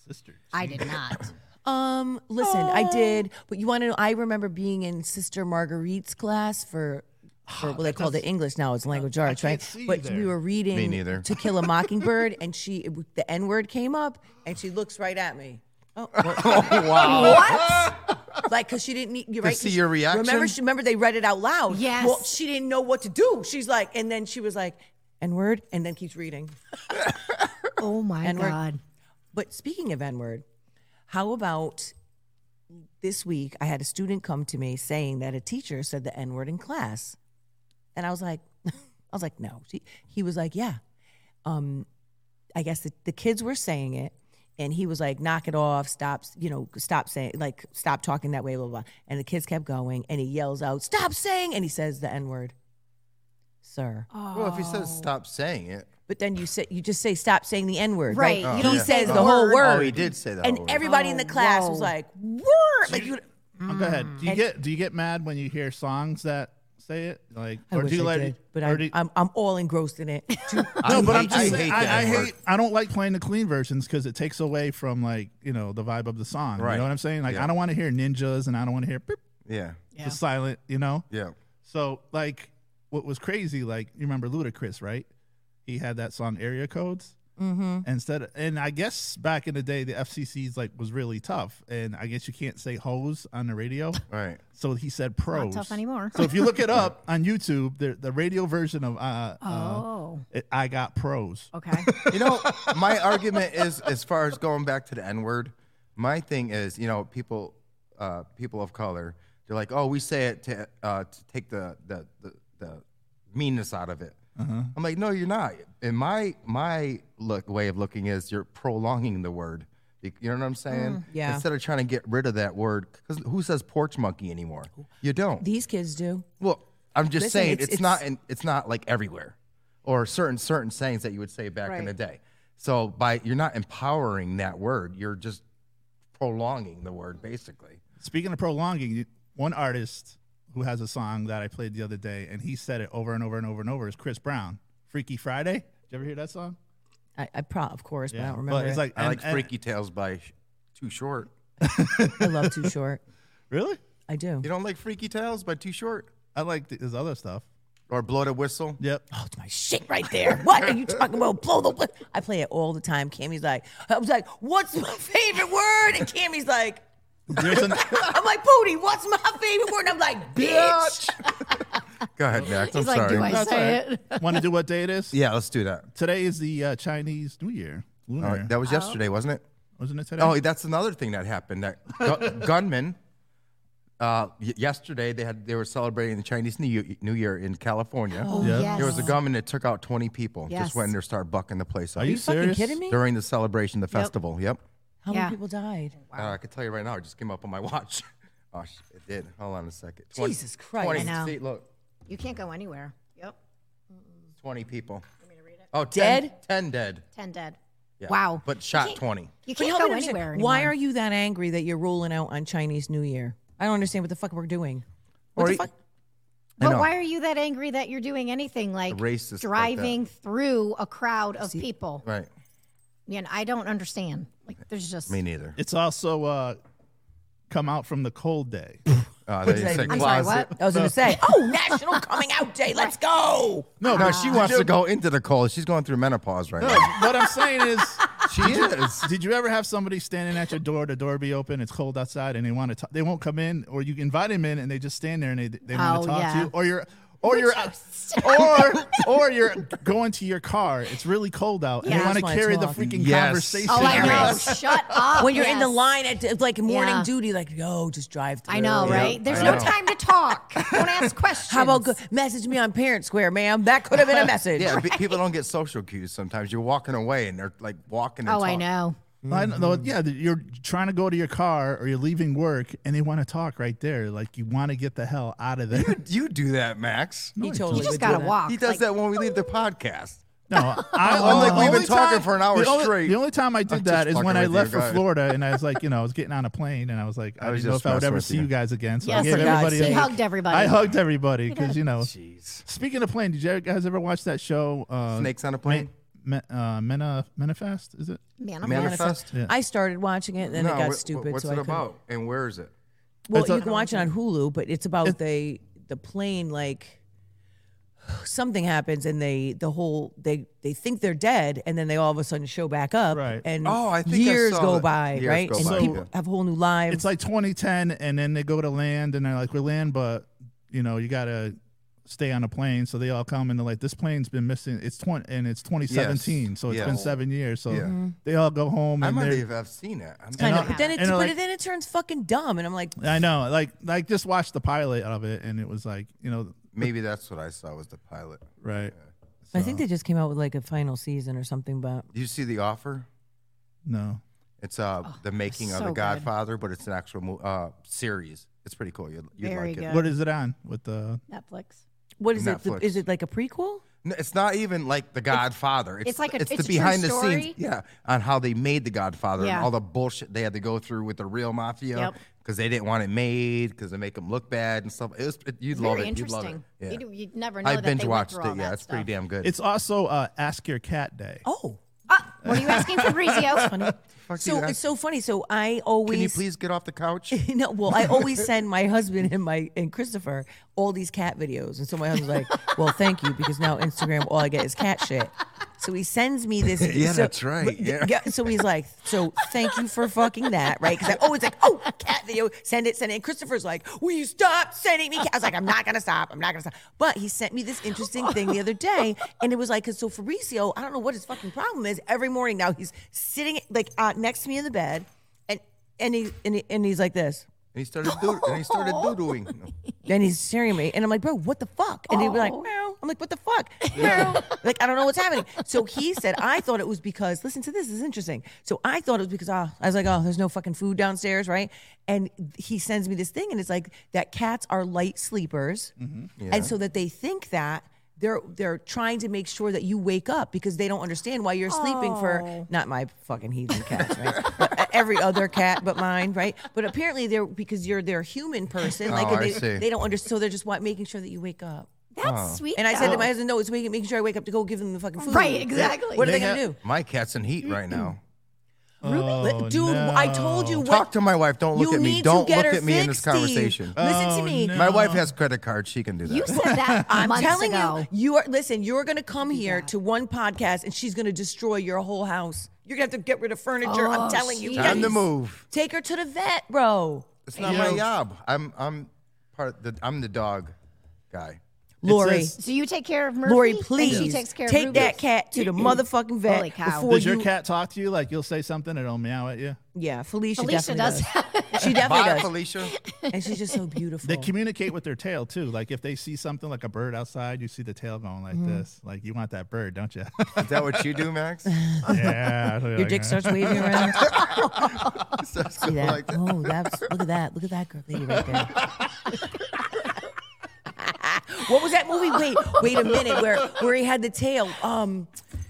C: Sister.
E: I did not.
D: Um. Listen, I did, but you want to know? I remember being in Sister Marguerite's class for.
C: Oh,
D: For what they call the English now, it's language arts,
C: can't
D: right?
C: see you
D: but we
C: there.
D: were reading
B: Me neither.
D: To Kill a Mockingbird, and she, it- the N word came up, and she looks right at me. Oh, what?
B: Wow.
D: like because she didn't need you right. 'cause
B: see
D: she-
B: your reaction?
D: Remember, she, remember they read it out loud.
E: Yes.
D: Well, she didn't know what to do. She's like, and then she was like, N word, and then keeps reading.
E: Oh my
D: N-word.
E: God.
D: But speaking of N word, how about this week? I had a student come to me saying that a teacher said the N word in class, and I was like, I was like, no. She, he was like, yeah. Um, I guess the, the kids were saying it, and he was like, knock it off, stop, you know, stop saying, like, stop talking that way, blah blah. blah. And the kids kept going, and he yells out, stop saying, and he says the N word, sir.
E: Oh.
B: Well, if he says stop saying it.
D: But then you say you just say stop saying the N word, right?
E: Right, you
D: he
E: don't say
D: says
E: the
D: the whole
E: word.
D: word.
B: Oh, he did say that.
D: and
B: word.
D: everybody in the class was
E: whoa.
D: like, "Word!" Like you,
C: Oh, go ahead. Do you get do you get mad when you hear songs that say it? Like
D: I
C: or
D: wish
C: do you
D: I
C: let
D: did, but
C: or
D: I'm,
C: do you-
D: I'm I'm all engrossed in it.
C: no, but I'm
B: hate-
C: just
B: I hate
C: saying, I,
B: that
C: I
B: word.
C: hate I don't like playing the clean versions because it takes away from like you know the vibe of the song.
B: Right.
C: You know what I'm saying? Like
B: Yeah.
C: I don't want to hear ninjas and I don't want to hear beep,
B: yeah,
E: Yeah.
C: the silent. You know.
B: yeah.
C: So like, what was crazy? Like you remember Ludacris, right? He had that song Area Codes. Mm-hmm. Instead, of, and I guess back in the day, the FCC's like was really tough, and I guess you can't say "hoes" on the radio.
B: All right.
C: So he said pros.
E: Not tough anymore.
C: So if you look it up on YouTube, the, the radio version of uh,
B: Uh-huh.
C: uh,
E: Oh,
C: it, I Got Pros.
E: okay.
B: You know, my argument is as far as going back to the N word. My thing is, you know, people, uh, people of color, they're like, oh, we say it to, uh, to take the the, the the meanness out of it. I'm like, no, you're not. And my my look way of looking is you're prolonging the word. You you know what I'm saying?
D: yeah.
B: Instead of trying to get rid of that word, because who says porch monkey anymore? You don't.
D: These kids do.
B: Well, I'm just
D: Listen,
B: saying
D: it's-
B: it's,
D: it's-
B: not in, it's not like everywhere or certain certain sayings that you would say back in the day. So by you're not empowering that word, you're just prolonging the word basically.
C: Speaking of prolonging, you- one artist who has a song that I played the other day, and he said it over and over and over and over is Chris Brown. Freaky Friday. Did you ever hear that song?
D: I, I pro, of course, but I don't remember.
C: But it's
D: it.
C: like
B: I
C: and-
B: like
C: and-
B: Freaky Tales by Sh- Too Short.
D: I love Too Short.
C: Really?
D: I do.
B: You don't like Freaky Tales by Too Short
C: I like th- his other stuff.
B: or Blow the Whistle?
C: Yep.
D: Oh, it's my shit right there. What are you talking about? Blow the. whi- I play it all the time. Cammy's like, I was like, "What's my favorite word?" And Cammy's like,
C: There's an,
D: "I'm like, Booty, what's my favorite word?" And I'm like, "Bitch."
B: Go ahead, Max. I'm
E: He's like,
B: sorry.
E: do I say it?
C: want to do what day it is?
B: yeah, let's do that.
C: Today is the uh, Chinese New Year. Lunar.
B: All right,
E: Oh.
B: that was yesterday, wasn't it?
C: Wasn't it today?
B: Oh, that's another thing that happened. That gu- gunman. Uh, y- yesterday they had they were celebrating the Chinese New Year, New Year in California.
E: Oh,
C: Yeah.
E: yes.
B: There was a gunman that took out 20 people.
E: Yes.
B: Just went in there, started bucking the place up
C: Are you,
D: Fucking
C: serious?
D: kidding me?
B: during the celebration, the festival. Yep.
D: How
E: Yeah.
D: many people died?
B: Uh, I can tell you right now, it just came up on my watch. Oh, sh- it did. Hold on a second.
D: Jesus Christ.
E: I know.
B: see, look,
E: You can't go anywhere. Yep.
B: 20 people. Oh, 10,
D: Dead?
B: 10 dead.
E: 10 dead.
B: Yeah.
E: Wow.
B: But shot 20.
E: You
D: But
E: can't
D: help me
E: go
D: understand,
E: anywhere.
D: Why
E: anymore.
D: are you that angry that you're rolling out on Chinese New Year? I don't understand what the fuck we're doing. What
B: Or
D: the
B: e-
D: fuck?
B: I
E: But
B: know.
E: why are you that angry that you're doing anything like
B: Racist like that.
E: driving through a crowd of people?
B: Right.
E: You know, I don't understand. Like, there's just
B: Me neither.
C: It's also uh, come out from the cold day.
B: Uh, they
D: that
B: said
D: even mean?
E: sorry,
B: closet.
E: what?
D: I was going to say, oh, National Coming Out Day. Let's go.
B: No, no, she wants to go into the cold. She's going through menopause right now.
C: what I'm saying is,
B: She is.
C: did you ever have somebody standing at your door, the door be open, it's cold outside, and they want to, t- they won't come in, or you invite them in, and they just stand there and they they want
E: Oh,
C: to talk to
E: yeah.
C: you, or you're. Or you're, or or you're going to your car. It's really cold out, and
E: Yeah.
C: they want
D: Just
C: to
D: wanna
C: carry the
D: talk.
C: freaking
B: Yes.
C: conversation.
E: Oh, I know.
B: Yes.
E: Shut up.
D: When you're in the
E: yes.
D: line at like morning
E: Yeah.
D: duty, like, yo, just drive through.
E: I know,
D: Yeah.
E: right? There's
B: I
E: no
B: know.
E: time to talk. Don't ask questions.
D: How about go- message me on Parent Square, ma'am? That could have been a message.
B: Yeah, pe- people don't get social cues sometimes. You're walking away and they're like walking. And
E: Oh, I
B: talking.
E: know.
C: I know.
B: Mm-hmm.
C: Yeah, that you're trying to go to your car or you're leaving work, and they want to talk right there. Like you want to get the hell out of there.
B: You do that, Max.
D: He totally
E: You just
D: would do
E: gotta
D: that.
E: walk.
B: He does
E: Like,
B: that when we leave the podcast.
C: No, I,
B: I'm like,
C: the
B: we've been
C: only
B: talking
C: time-
B: for an hour
C: the only-
B: straight.
C: The only time I did
B: I'm
C: that
B: just
C: is
B: fucking
C: when I
B: with
C: left
B: you
C: for
B: guys.
C: Florida, and I was like, you know, I was getting on a plane, and I was like, I,
B: I was
C: didn't know
B: just
C: if I would
B: messing
C: ever
B: with
C: see
B: you.
C: you guys again. So
E: Yeah,
C: I gave
D: for God's
C: everybody. a-
D: sake.
E: He hugged everybody.
C: I hugged everybody because you know.
B: Jeez.
C: Speaking of plane, did you guys ever watch that show? Uh,
B: Snakes on a plane.
C: Me, uh, Mena, Menafest, is it?
E: Manifest.
B: Manifest.
C: Yeah.
D: I started watching it, then it got
B: wh- wh-
D: stupid.
B: What's
D: so I
B: it
D: couldn't-
B: about? And where is it?
D: Well,
C: It's a-
D: you can watch it on Hulu, but it's about the the plane. Like something happens, and they the whole they they think they're dead, and then they all of a sudden show back up.
C: Right.
D: And
B: Oh, I think I
D: years
B: saw
D: go
B: that.
D: by,
B: Years
D: right?
B: go
D: and
B: by,
D: people
B: yeah.
D: have whole new lives.
C: it's like 2010 and then they go to land and they're like we land but you know you gotta stay on a plane so they all come and they're like this plane's been missing it's 20 and it's 2017 so it's
B: Yeah.
C: been seven years so
B: Yeah. Mhm.
C: they all go home
B: I
C: and
B: might
C: they're
B: have I've seen it. I'm
D: I
C: and
D: know,
C: all-
D: but then it
C: and
D: but
C: all, like-
D: then it turns fucking dumb, and I'm like,
C: I know, like, like just watch the pilot of it, and it was like, you know,
B: Maybe that's what I saw was the pilot.
C: right?
D: I think they just came out with like a final season or something, but
B: Do you see the offer?
C: No,
B: It's uh the making of
E: so
B: the
E: good.
B: Godfather, but it's an actual mo- uh series. It's pretty cool. You'd, you'd
E: Very
B: like it.
E: good.
C: what is it on with the?
E: Netflix.
D: what is it? The-
B: Netflix.
D: Is it like a prequel?
B: No, it's not even like the Godfather. It's,
E: it's like a-
B: it's,
E: it's
B: the
E: a true
B: behind the scenes,
E: story.
B: yeah, on how they made the Godfather
E: Yeah.
B: and all the bullshit they had to go through with the real mafia
E: Yep.
B: because they didn't want it made because they make them look bad and stuff. It was, it- you'd love
E: Very
B: it. You'd love it.
E: interesting.
B: Yeah.
E: You'd, you'd never know
B: I
E: that
B: binge
E: they
B: watched
E: went
B: it.
E: through
B: Yeah,
E: all that
B: it's pretty
E: stuff.
B: damn good.
C: It's also uh, Ask Your Cat Day.
D: Oh,
E: Ah, what are you asking, Fabrizio?
B: Fuck you
D: so
B: guys.
D: it's so funny. So I
B: Can you
D: always
B: please get off the couch?
D: No, well, I always send my husband and my and Christopher all these cat videos, and so my husband's like, "Well, thank you," because now Instagram, all I get is cat shit. So he sends me this.
B: Yeah,
D: so-
B: that's right,
D: but-
B: yeah.
D: So he's like, "So thank you for fucking that, right?" Because I always like, "Oh, cat video, send it, send it." And Christopher's like, "Will you stop sending me?" Cat? I was like, "I'm not gonna stop. I'm not gonna stop." But he sent me this interesting thing the other day, and it was like, "Cause so Fabrizio, I don't know what his fucking problem is. Every morning now he's sitting like uh, next to me in the bed, and and he and, he, and he's like this.
B: And he started doo- and he started doodling.
D: And he's staring at me, and I'm like, bro, what the fuck? And he'd be like, meow. I'm like, what the fuck? Meow. like, I don't know what's happening. So he said, I thought it was because, listen to this, this is interesting. So I thought it was because, oh, I was like, oh, there's no fucking food downstairs, right? And he sends me this thing, and it's like that cats are light sleepers,
B: Mm-hmm.
D: and so that they think that. They're, they're trying to make sure that you wake up because they don't understand why you're sleeping for not my fucking heathen cats right Uh, every other cat but mine right but apparently they're because you're their human person like
B: Oh,
D: and
B: I
D: they,
B: see.
D: they don't understand. So they're just wa- making sure that you wake up.
E: That's sweet.
D: And I said to
E: though.
D: my husband, no, it's making, making sure I wake up to go give them the fucking food.
E: Right, exactly.
D: What are they
C: They
D: going to
C: have-
D: do?
B: My cat's in heat right now.
D: Ruby,
C: Oh,
D: dude, I told you
C: no.
D: what.
B: Talk to my wife. Don't look
D: you
B: at me.
D: need
B: Don't
D: to get
B: look
D: her
B: at me in this
D: fixed, Steve.
B: conversation.
D: Listen to
C: Oh,
D: me.
C: no.
B: My wife has credit cards. She can do that.
E: You said that
D: I'm
E: months
D: telling
E: ago.
D: you, you are. Listen, you're going to come here to one podcast, and she's going to destroy your whole house. You're going to have to get rid of furniture. I'm
E: Oh,
D: telling you.
E: she-
B: Time to
E: Yes.
B: move.
D: Take her to the vet, bro.
B: It's not my job. I'm I'm part of the I'm the dog guy.
D: Lori,
C: says-
E: So you take care of Murphy.
D: Lori,
E: And she
D: please
E: takes care
D: take
E: of Ruby.
D: that cat to the motherfucking vet
E: Holy cow.
D: before
C: Does your
D: you.
C: cat talk to you? Like you'll say something and it'll meow at you.
D: yeah, Felicia,
E: Alicia
D: definitely
E: does.
D: does. She definitely
B: Bye,
D: does.
B: Felicia.
D: and she's just so beautiful.
C: They communicate with their tail too. Like if they see something like a bird outside, you see the tail going like this. Like you want that bird, don't you?
B: Is that what you do, Max?
C: yeah.
D: Your dick starts waving around.
B: So it's
D: See that?
B: like that.
D: Oh, that's look at that. Look at that girl lady right there. what was that movie? Wait, wait a minute. Where where he had the tail? Um,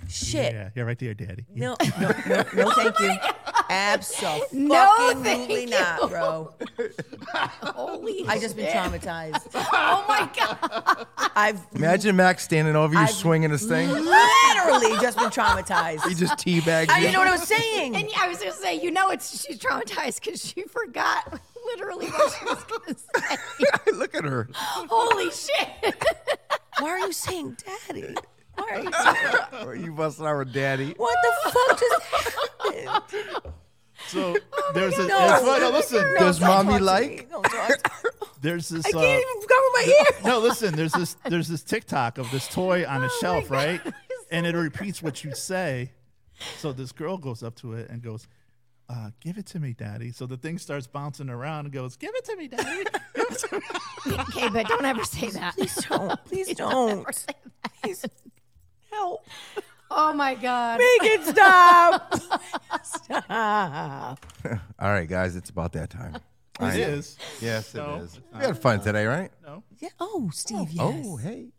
D: shit.
C: Yeah, yeah, right there, daddy.
D: No, no, no, no, thank you. Absolutely
E: Oh No, thank
D: not,
E: you.
D: bro.
E: Holy
D: I just been
E: shit.
D: traumatized.
E: Oh my god.
D: I've
B: Imagine Max standing over you swinging his thing.
D: literally just been
B: He
D: traumatized.
B: just teabags
D: I
B: you.
D: didn't know what I was saying.
E: And I was gonna say, you know, it's she's traumatized because she forgot literally what she was gonna say.
B: Look at her.
E: Holy shit.
D: Why are you saying daddy? Why are you
B: Or you busting our daddy.
D: What the fuck just happened?
C: So there's a
D: Oh No.
C: there's- well, no, listen.
D: Girl,
B: Does
D: don't
B: mommy
D: talk to
B: like?
D: me. Don't talk to-
C: There's this.
D: I
C: uh,
D: can't even cover my ear.
C: no, listen. There's this. There's this TikTok of this toy
D: Oh
C: on a shelf, right? And it repeats what you say. So this girl goes up to it and goes, uh, "Give it to me, daddy." So the thing starts bouncing around and goes, "Give it to me, daddy." Give it to me."
E: Okay, but don't ever say that.
D: Please don't. Please don't. Please help.
E: Oh my god.
D: Make it stop. stop.
B: All right, guys, it's about that time. I
C: It
B: know.
C: is. uh,
B: Yes, it is.
C: No,
B: We had fun today, right?
C: No.
D: Yeah. Oh, Steve. Yes.
B: Oh, hey.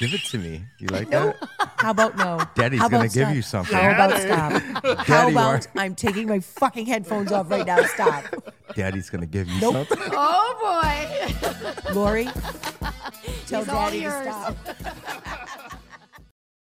B: give it to me. You like that?
D: How about no?
B: Daddy's
D: How
B: gonna
D: about
B: give
D: stop?
B: you something.
D: How about stop? How
B: Daddy, you
D: about
B: are-
D: I'm taking my fucking headphones off right now? Stop.
B: Daddy's gonna give you something.
E: Oh boy.
D: Lori, tell
E: He's all
D: daddy to
E: yours.
D: stop.